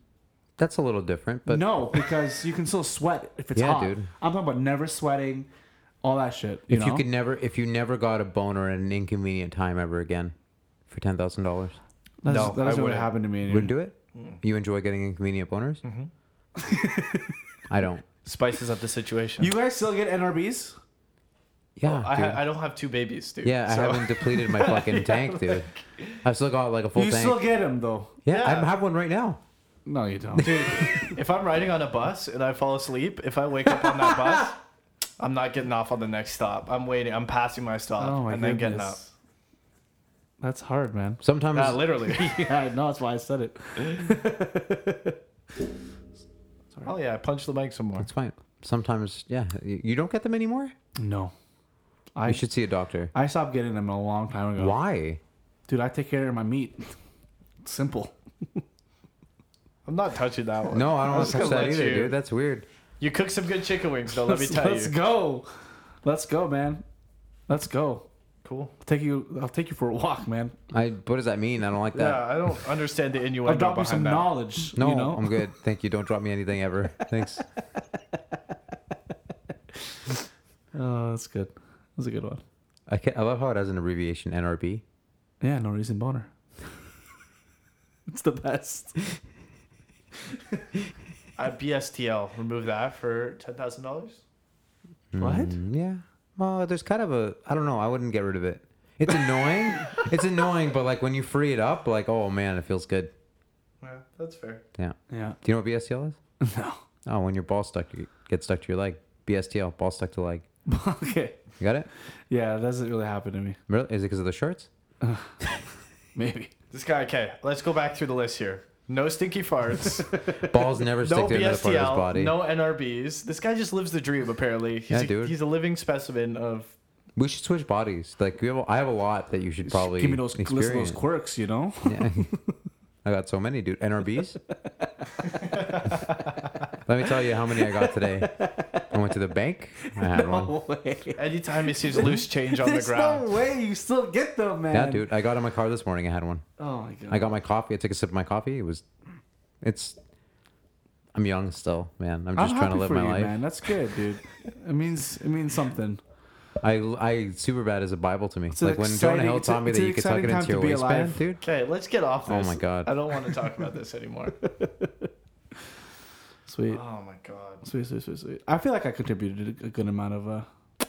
[SPEAKER 1] That's a little different, but
[SPEAKER 2] no, because you can still sweat if it's
[SPEAKER 1] Yeah,
[SPEAKER 2] hot.
[SPEAKER 1] dude.
[SPEAKER 2] I'm talking about never sweating, all that shit. You
[SPEAKER 1] if
[SPEAKER 2] know?
[SPEAKER 1] you could never, if you never got a boner at an inconvenient time ever again, for ten thousand dollars,
[SPEAKER 2] that's,
[SPEAKER 3] No,
[SPEAKER 2] that's
[SPEAKER 3] I
[SPEAKER 2] what
[SPEAKER 3] wouldn't.
[SPEAKER 2] happened to me.
[SPEAKER 1] wouldn't do it.
[SPEAKER 3] Mm.
[SPEAKER 1] You enjoy getting inconvenient boners? Mm-hmm.
[SPEAKER 3] Mm-hmm.
[SPEAKER 1] I
[SPEAKER 3] [laughs]
[SPEAKER 1] don't.
[SPEAKER 3] Spices up the situation.
[SPEAKER 2] You guys still get NRBs?
[SPEAKER 1] Yeah,
[SPEAKER 3] I,
[SPEAKER 1] dude.
[SPEAKER 3] ha- I don't have two babies, dude.
[SPEAKER 1] yeah,
[SPEAKER 3] so-
[SPEAKER 1] I haven't depleted my fucking tank, dude. I've still got like a full
[SPEAKER 2] you
[SPEAKER 1] tank.
[SPEAKER 2] still get them though.
[SPEAKER 1] yeah,
[SPEAKER 3] Yeah.
[SPEAKER 1] I have one right now.
[SPEAKER 2] No, you don't.
[SPEAKER 3] [laughs] if I'm riding on a bus and I fall asleep, if I wake up on that bus,
[SPEAKER 1] [laughs]
[SPEAKER 3] I'm not getting off on the next stop. I'm waiting. I'm passing my stop
[SPEAKER 2] oh my
[SPEAKER 3] and
[SPEAKER 2] goodness.
[SPEAKER 3] then getting up.
[SPEAKER 2] That's hard, man.
[SPEAKER 1] Sometimes
[SPEAKER 3] Nah, literally.
[SPEAKER 1] [laughs]
[SPEAKER 2] yeah, I know. That's why I said it.
[SPEAKER 3] oh yeah, I punched the mic some more.
[SPEAKER 1] it's fine. Sometimes, yeah, you you don't get them anymore.
[SPEAKER 2] No,
[SPEAKER 1] You
[SPEAKER 2] I
[SPEAKER 1] should see a doctor.
[SPEAKER 2] I stopped getting them a long time ago.
[SPEAKER 1] Why?
[SPEAKER 2] Dude, I take care of my meat. Simple.
[SPEAKER 3] I'm not touching that one.
[SPEAKER 1] No, I don't
[SPEAKER 3] I'm
[SPEAKER 1] want
[SPEAKER 3] just
[SPEAKER 1] to touch
[SPEAKER 3] gonna
[SPEAKER 1] that
[SPEAKER 3] let
[SPEAKER 1] either,
[SPEAKER 3] you-
[SPEAKER 1] dude. That's weird.
[SPEAKER 3] You cook some good chicken wings, though. [laughs] Let me
[SPEAKER 2] Let's-
[SPEAKER 3] tell
[SPEAKER 2] Let's
[SPEAKER 3] you.
[SPEAKER 2] go. Let's go, man. Let's go.
[SPEAKER 3] Cool.
[SPEAKER 2] I'll take you. I'll take you for a walk,
[SPEAKER 3] [laughs]
[SPEAKER 2] man.
[SPEAKER 1] I. What does that mean? I don't like that.
[SPEAKER 3] Yeah, I don't understand the
[SPEAKER 2] I'll
[SPEAKER 3] innuendo
[SPEAKER 2] drop you
[SPEAKER 3] behind
[SPEAKER 2] some
[SPEAKER 3] that.
[SPEAKER 2] knowledge.
[SPEAKER 1] No,
[SPEAKER 2] you know?
[SPEAKER 1] I'm good. Thank you. Don't drop me anything
[SPEAKER 3] [laughs]
[SPEAKER 1] ever. Thanks.
[SPEAKER 2] Oh, that's good. That's a good one.
[SPEAKER 1] I can I love how it has an abbreviation NRB.
[SPEAKER 2] Yeah, no reason boner. [laughs] it's the best.
[SPEAKER 3] Uh, BSTL. Remove that for ten thousand dollars.
[SPEAKER 2] What?
[SPEAKER 1] Mm, yeah. Well, there's kind of a I don't know. I wouldn't get rid of it. It's annoying.
[SPEAKER 2] [laughs]
[SPEAKER 1] it's annoying, but like when you free it up, like oh man, it feels good.
[SPEAKER 3] Yeah, that's fair.
[SPEAKER 1] Yeah.
[SPEAKER 2] Yeah.
[SPEAKER 1] Do you know what BSTL is?
[SPEAKER 2] [laughs] No.
[SPEAKER 1] Oh, when your ball stuck, you get stuck to your leg. BSTL, ball stuck to leg.
[SPEAKER 2] [laughs] okay.
[SPEAKER 1] You got it?
[SPEAKER 2] Yeah, that doesn't really happen to me.
[SPEAKER 1] Really? Is it because of the
[SPEAKER 2] [laughs]
[SPEAKER 1] shorts?
[SPEAKER 2] Maybe.
[SPEAKER 3] This guy. Okay, let's go back through the list here. No stinky
[SPEAKER 1] [laughs]
[SPEAKER 3] farts.
[SPEAKER 1] Balls never stick
[SPEAKER 3] no
[SPEAKER 1] to another part of his
[SPEAKER 3] BSTL.
[SPEAKER 1] body.
[SPEAKER 3] No NRBs. This guy just lives the dream. Apparently, he's,
[SPEAKER 1] Yeah,
[SPEAKER 3] a,
[SPEAKER 1] dude.
[SPEAKER 3] he's a living specimen of.
[SPEAKER 1] We should switch bodies. Like we have, a, I have a lot that you should probably
[SPEAKER 2] give me those list of
[SPEAKER 1] experience.
[SPEAKER 2] those quirks, you know?
[SPEAKER 1] Yeah. [laughs] I got so many, dude. NRBs. [laughs] Let me tell you how many I got today. I went to the bank. I had
[SPEAKER 2] [laughs]
[SPEAKER 1] one.
[SPEAKER 2] way.
[SPEAKER 3] Anytime he sees loose change
[SPEAKER 1] [laughs]
[SPEAKER 3] on the
[SPEAKER 2] There's
[SPEAKER 3] ground.
[SPEAKER 2] no way you still get them, man.
[SPEAKER 1] Yeah, dude. I got in my car this morning. I had one.
[SPEAKER 2] Oh my god.
[SPEAKER 1] I got my coffee. I took a sip of my coffee. It was, it's. I'm young still, man. I'm just trying to
[SPEAKER 2] happy
[SPEAKER 1] live
[SPEAKER 2] for
[SPEAKER 1] my
[SPEAKER 2] you,
[SPEAKER 1] life.
[SPEAKER 2] Man. That's good, dude. it means it means something.
[SPEAKER 1] I, I super bad is a bible to me.
[SPEAKER 2] an
[SPEAKER 1] like when
[SPEAKER 2] exciting-
[SPEAKER 1] Jonah Hill
[SPEAKER 2] it's a-
[SPEAKER 1] taught me
[SPEAKER 2] it's
[SPEAKER 1] that
[SPEAKER 2] an
[SPEAKER 1] you could tuck it
[SPEAKER 2] exciting time
[SPEAKER 1] into
[SPEAKER 2] to
[SPEAKER 1] your
[SPEAKER 2] be
[SPEAKER 1] waistband,
[SPEAKER 2] alive.
[SPEAKER 1] dude.
[SPEAKER 3] Okay, let's get off
[SPEAKER 1] Oh
[SPEAKER 3] this.
[SPEAKER 1] my God.
[SPEAKER 3] I don't want to talk about
[SPEAKER 1] [laughs]
[SPEAKER 3] this anymore.
[SPEAKER 2] Sweet.
[SPEAKER 3] Oh my god.
[SPEAKER 2] Sweet, sweet, sweet, sweet. I feel like I contributed a good amount of uh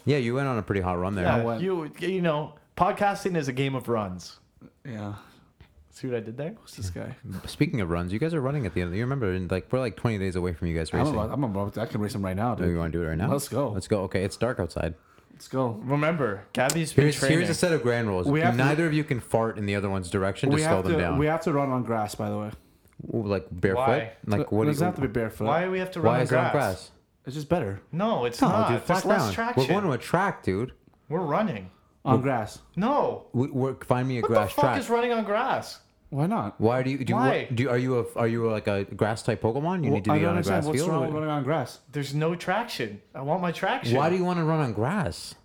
[SPEAKER 1] Yeah, you went on a pretty hot run there.
[SPEAKER 3] Yeah,
[SPEAKER 2] went-
[SPEAKER 3] you you know, podcasting is a game of runs.
[SPEAKER 2] yeah.
[SPEAKER 3] See what I did there?
[SPEAKER 2] What's this guy?
[SPEAKER 1] Speaking of runs, you guys are running at the end. of the You remember, in like we're like 20 days away from you guys
[SPEAKER 2] I'm
[SPEAKER 1] racing.
[SPEAKER 2] about, I'm about I can race him right now,
[SPEAKER 1] Oh,
[SPEAKER 2] dude.
[SPEAKER 1] you want to do it right now?
[SPEAKER 2] Let's go.
[SPEAKER 1] Let's go. Okay, it's dark outside.
[SPEAKER 2] Let's go.
[SPEAKER 3] Remember, Gabby's been
[SPEAKER 1] Here's,
[SPEAKER 3] training.
[SPEAKER 1] here's a set of grand rules.
[SPEAKER 2] We have to-
[SPEAKER 1] Neither of you can fart in the other one's direction to
[SPEAKER 2] We
[SPEAKER 1] slow
[SPEAKER 2] have
[SPEAKER 1] them
[SPEAKER 2] to
[SPEAKER 1] down.
[SPEAKER 2] we have to run on grass, by the way.
[SPEAKER 1] Ooh, like barefoot.
[SPEAKER 3] Why?
[SPEAKER 1] Like what?
[SPEAKER 2] it
[SPEAKER 1] do
[SPEAKER 2] doesn't
[SPEAKER 1] you,
[SPEAKER 2] have to be barefoot.
[SPEAKER 3] Why do we have to run
[SPEAKER 1] why
[SPEAKER 3] on
[SPEAKER 1] is it
[SPEAKER 3] grass?
[SPEAKER 1] on grass?
[SPEAKER 2] It's just better
[SPEAKER 3] No, it's
[SPEAKER 1] No,
[SPEAKER 3] not.
[SPEAKER 1] dude,
[SPEAKER 3] There's
[SPEAKER 1] flat
[SPEAKER 3] less
[SPEAKER 1] ground.
[SPEAKER 3] traction.
[SPEAKER 1] We're going to a track, dude.
[SPEAKER 3] We're running.
[SPEAKER 2] on grass.
[SPEAKER 3] No.
[SPEAKER 1] We, we're, find me a
[SPEAKER 3] What
[SPEAKER 1] grass
[SPEAKER 3] the fuck
[SPEAKER 1] track.
[SPEAKER 3] is running on grass?
[SPEAKER 2] Why not?
[SPEAKER 1] Why do you do? You,
[SPEAKER 3] Why?
[SPEAKER 1] do you- are you a are you like a grass type Pokemon? You need to be
[SPEAKER 2] I don't
[SPEAKER 1] on a
[SPEAKER 2] understand
[SPEAKER 1] grass
[SPEAKER 2] what's
[SPEAKER 1] field.
[SPEAKER 2] wrong with running on grass.
[SPEAKER 3] There's no traction. I want my traction.
[SPEAKER 1] Why do you want to run on grass?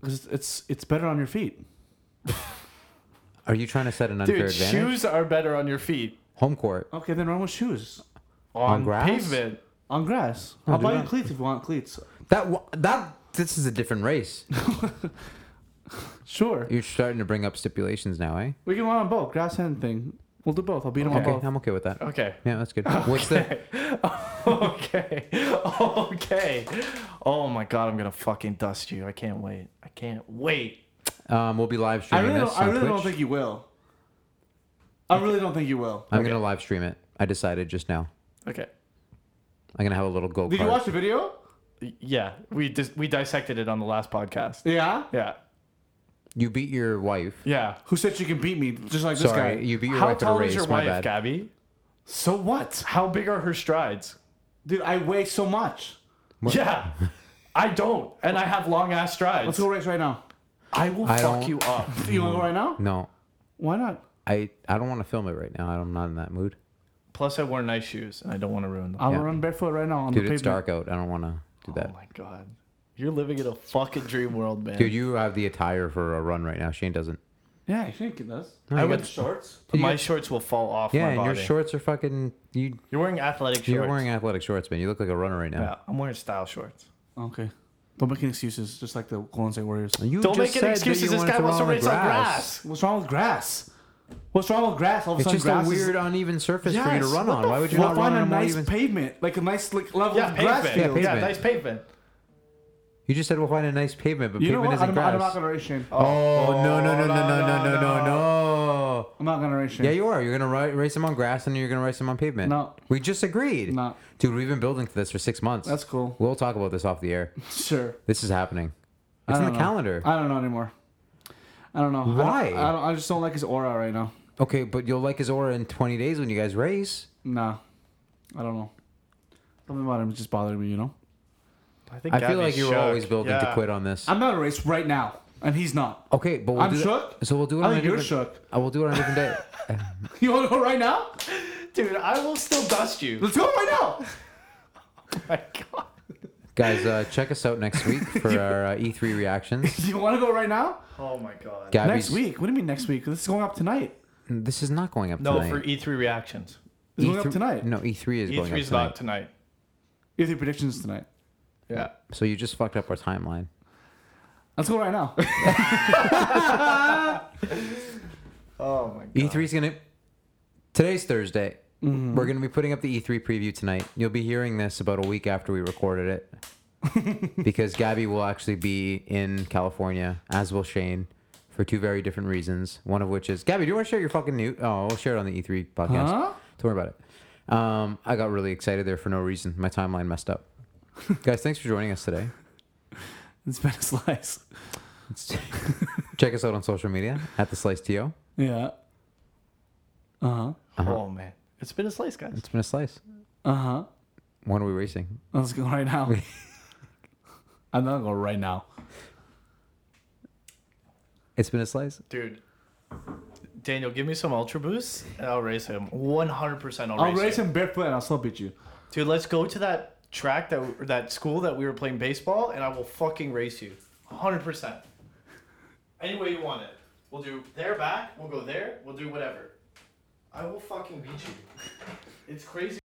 [SPEAKER 2] Because it's it's better on your feet.
[SPEAKER 1] Are you trying to set an unfair
[SPEAKER 3] Dude,
[SPEAKER 1] advantage?
[SPEAKER 3] shoes are better on your feet.
[SPEAKER 1] Home court.
[SPEAKER 2] Okay, then run with shoes.
[SPEAKER 3] On,
[SPEAKER 1] grass?
[SPEAKER 3] pavement.
[SPEAKER 2] On grass. I'll
[SPEAKER 1] do
[SPEAKER 2] buy you
[SPEAKER 1] that.
[SPEAKER 2] cleats if you want cleats.
[SPEAKER 1] That wa- that this is a different race.
[SPEAKER 2] Sure.
[SPEAKER 1] You're starting to bring up stipulations now, eh?
[SPEAKER 2] We can go on both. Grass and thing. We'll do both. I'll beat him
[SPEAKER 1] Okay,
[SPEAKER 2] on both.
[SPEAKER 1] I'm okay with that.
[SPEAKER 3] Okay. [laughs]
[SPEAKER 1] Yeah, that's
[SPEAKER 2] [laughs]
[SPEAKER 1] good. What's the
[SPEAKER 3] okay. Okay. Oh my god, I'm gonna fucking dust you. I can't wait. I can't wait.
[SPEAKER 1] um? We'll be live
[SPEAKER 2] I
[SPEAKER 1] streaming
[SPEAKER 2] really,
[SPEAKER 1] this
[SPEAKER 2] don't, I
[SPEAKER 1] on
[SPEAKER 2] really
[SPEAKER 1] Twitch.
[SPEAKER 2] don't think you will. I really don't think you will.
[SPEAKER 1] I'm gonna live stream it. I decided just now.
[SPEAKER 3] Okay.
[SPEAKER 1] I'm gonna have a little go
[SPEAKER 2] Did you watch the video?
[SPEAKER 3] Yeah, we dis- we dissected it on the last podcast.
[SPEAKER 2] Yeah.
[SPEAKER 3] Yeah.
[SPEAKER 1] You beat your wife.
[SPEAKER 3] Yeah.
[SPEAKER 2] Who said you can beat me? Just like
[SPEAKER 1] Sorry,
[SPEAKER 2] this guy.
[SPEAKER 1] you beat your
[SPEAKER 3] How
[SPEAKER 1] wife at a
[SPEAKER 3] tall
[SPEAKER 1] race.
[SPEAKER 3] is your
[SPEAKER 1] my
[SPEAKER 3] wife,
[SPEAKER 1] bad.
[SPEAKER 3] Gabby?
[SPEAKER 2] So what?
[SPEAKER 3] How big are her strides?
[SPEAKER 2] Dude, I weigh so much.
[SPEAKER 3] Yeah. I don't, and I have long ass
[SPEAKER 2] Let's
[SPEAKER 3] strides.
[SPEAKER 2] go race right now.
[SPEAKER 3] I will
[SPEAKER 1] I
[SPEAKER 3] fuck
[SPEAKER 1] don't-
[SPEAKER 3] you up.
[SPEAKER 2] You want to go right now?
[SPEAKER 1] No,
[SPEAKER 2] Why not?
[SPEAKER 1] I I don't want to film it right now. I'm not in that mood.
[SPEAKER 3] Plus, I wore nice shoes, and I don't want to ruin them.
[SPEAKER 2] I'm
[SPEAKER 1] Yeah.
[SPEAKER 2] gonna run barefoot right now on
[SPEAKER 1] Dude,
[SPEAKER 2] the pavement.
[SPEAKER 1] it's dark out. I don't want to do that.
[SPEAKER 3] Oh my god, you're living in a fucking dream world, man.
[SPEAKER 1] Dude, you have the attire for a run right now. Shane doesn't.
[SPEAKER 2] Yeah, I think it does.
[SPEAKER 1] No,
[SPEAKER 2] I
[SPEAKER 1] you
[SPEAKER 2] went
[SPEAKER 1] got-
[SPEAKER 2] shorts.
[SPEAKER 3] my shorts will fall off.
[SPEAKER 1] Yeah,
[SPEAKER 3] my
[SPEAKER 1] and your
[SPEAKER 3] body.
[SPEAKER 1] shorts are fucking. You
[SPEAKER 3] You're wearing athletic shorts.
[SPEAKER 1] you're wearing athletic shorts, man. You look like a runner right
[SPEAKER 3] Yeah,
[SPEAKER 1] now.
[SPEAKER 3] I'm wearing style shorts.
[SPEAKER 2] Okay. Don't make any excuses, just like the Golden State Warriors.
[SPEAKER 1] You
[SPEAKER 3] Don't
[SPEAKER 1] just
[SPEAKER 3] make
[SPEAKER 1] said
[SPEAKER 3] any
[SPEAKER 1] that you
[SPEAKER 3] excuses. This
[SPEAKER 1] wanted
[SPEAKER 3] guy
[SPEAKER 1] to
[SPEAKER 3] wants to
[SPEAKER 1] run on
[SPEAKER 3] race on grass.
[SPEAKER 2] What's wrong with grass? What's wrong with grass? All of a
[SPEAKER 1] It's
[SPEAKER 2] sudden,
[SPEAKER 1] just a
[SPEAKER 2] grass is-
[SPEAKER 1] weird, uneven surface for you to
[SPEAKER 2] Yes,
[SPEAKER 1] run
[SPEAKER 2] what
[SPEAKER 1] on.
[SPEAKER 2] the
[SPEAKER 1] Why would you
[SPEAKER 2] fuck?
[SPEAKER 1] not run
[SPEAKER 2] Find
[SPEAKER 1] on
[SPEAKER 2] a
[SPEAKER 1] a more
[SPEAKER 2] nice
[SPEAKER 1] even?
[SPEAKER 2] pavement, like a nice like level
[SPEAKER 3] Yeah,
[SPEAKER 2] grass
[SPEAKER 3] pavement.
[SPEAKER 2] field?
[SPEAKER 1] Yeah,
[SPEAKER 3] Yeah,
[SPEAKER 1] pavement.
[SPEAKER 3] nice pavement.
[SPEAKER 1] You just said we'll find a nice pavement, but
[SPEAKER 2] You know
[SPEAKER 1] pavement
[SPEAKER 2] what?
[SPEAKER 1] isn't
[SPEAKER 2] I'm,
[SPEAKER 1] grass.
[SPEAKER 2] I'm not gonna race Shane.
[SPEAKER 1] Oh, no, no, no, no,
[SPEAKER 3] no,
[SPEAKER 1] no, no,
[SPEAKER 3] no,
[SPEAKER 1] no, no, no.
[SPEAKER 2] I'm not gonna race Shane.
[SPEAKER 1] Yeah, you are. You're gonna ri- race them on grass, and you're gonna race them on pavement.
[SPEAKER 2] No.
[SPEAKER 1] we just agreed.
[SPEAKER 2] No.
[SPEAKER 1] dude, we've been building to this for six months.
[SPEAKER 2] That's
[SPEAKER 1] [laughs]
[SPEAKER 2] cool.
[SPEAKER 1] We'll talk about this off the air.
[SPEAKER 2] Sure.
[SPEAKER 1] This is happening.
[SPEAKER 2] I
[SPEAKER 1] It's in the
[SPEAKER 2] don't know.
[SPEAKER 1] calendar.
[SPEAKER 2] I don't know anymore. I don't know. I don't-
[SPEAKER 1] Why?
[SPEAKER 2] I, don't, I, just don't like his aura right now.
[SPEAKER 1] Okay, but you'll like his aura in 20 days when you guys race.
[SPEAKER 2] Nah. I don't know. Something about him just bothered me, you know?
[SPEAKER 3] I think
[SPEAKER 1] I feel like
[SPEAKER 3] Gabby's
[SPEAKER 1] you were
[SPEAKER 3] shook.
[SPEAKER 1] always building to
[SPEAKER 3] Yeah.
[SPEAKER 1] quit on this.
[SPEAKER 2] I'm not a race right now, and he's not.
[SPEAKER 1] Okay, but we'll
[SPEAKER 2] I'm
[SPEAKER 1] do that-
[SPEAKER 2] shook?
[SPEAKER 1] So we'll do it.
[SPEAKER 2] I
[SPEAKER 1] on a
[SPEAKER 2] think you're
[SPEAKER 1] different-
[SPEAKER 2] shook. [laughs]
[SPEAKER 1] I will do it on a different day.
[SPEAKER 2] You wanna go right now?
[SPEAKER 3] Dude, I will still dust you.
[SPEAKER 1] [laughs]
[SPEAKER 3] Oh
[SPEAKER 2] Let's go right now! [laughs]
[SPEAKER 3] my god.
[SPEAKER 1] Guys, uh, check us out next week for our uh, E3 reactions.
[SPEAKER 2] Do you wanna go right now?
[SPEAKER 3] Oh my god.
[SPEAKER 1] Gabby's,
[SPEAKER 2] Next week? What do you mean next week? This is going up tonight.
[SPEAKER 1] This is not going up
[SPEAKER 3] No,
[SPEAKER 1] tonight.
[SPEAKER 3] for E3 reactions.
[SPEAKER 2] This is going up tonight.
[SPEAKER 1] E No, E3 is going
[SPEAKER 3] E3
[SPEAKER 1] up
[SPEAKER 3] is
[SPEAKER 1] tonight.
[SPEAKER 3] not tonight.
[SPEAKER 2] You have your predictions tonight.
[SPEAKER 3] Yeah.
[SPEAKER 1] So you just fucked up our timeline.
[SPEAKER 2] Let's go right now.
[SPEAKER 3] Oh my god.
[SPEAKER 1] E3 E is gonna. Today's Thursday.
[SPEAKER 2] Mm-hmm.
[SPEAKER 1] We're gonna be putting up the E3 preview tonight. You'll be hearing this about a week after we recorded
[SPEAKER 2] [laughs]
[SPEAKER 1] it, because Gabby will actually be in California, as will Shane, for two very different reasons. One of which is Gabby. Do you want to share your fucking new? Oh, we'll share it on the E3 podcast.
[SPEAKER 2] Huh?
[SPEAKER 1] Don't worry about it. Um, I got really excited there for no reason. My timeline messed
[SPEAKER 2] [laughs]
[SPEAKER 1] up. Guys, thanks for joining us today.
[SPEAKER 2] it's been a slice. [laughs]
[SPEAKER 1] [laughs] Check us out on social media at the Slice To.
[SPEAKER 2] Yeah. Uh huh.
[SPEAKER 1] Uh-huh.
[SPEAKER 3] Oh man. It's been a slice, guys.
[SPEAKER 1] It's been a slice.
[SPEAKER 2] Uh huh.
[SPEAKER 1] When are we racing?
[SPEAKER 2] Let's go right now. I'm not going right now.
[SPEAKER 1] It's been a slice.
[SPEAKER 3] Dude. Daniel, give me some Ultra Boosts and I'll race him. 100% I'll,
[SPEAKER 2] I'll
[SPEAKER 3] race,
[SPEAKER 2] race
[SPEAKER 3] him.
[SPEAKER 2] him barefoot and I'll still beat you.
[SPEAKER 3] Dude, let's go to that track that or that school that we were playing baseball and I will fucking race you. 100%. Any way you want it. We'll do there back, we'll go there, we'll do whatever. I will fucking beat you. It's crazy.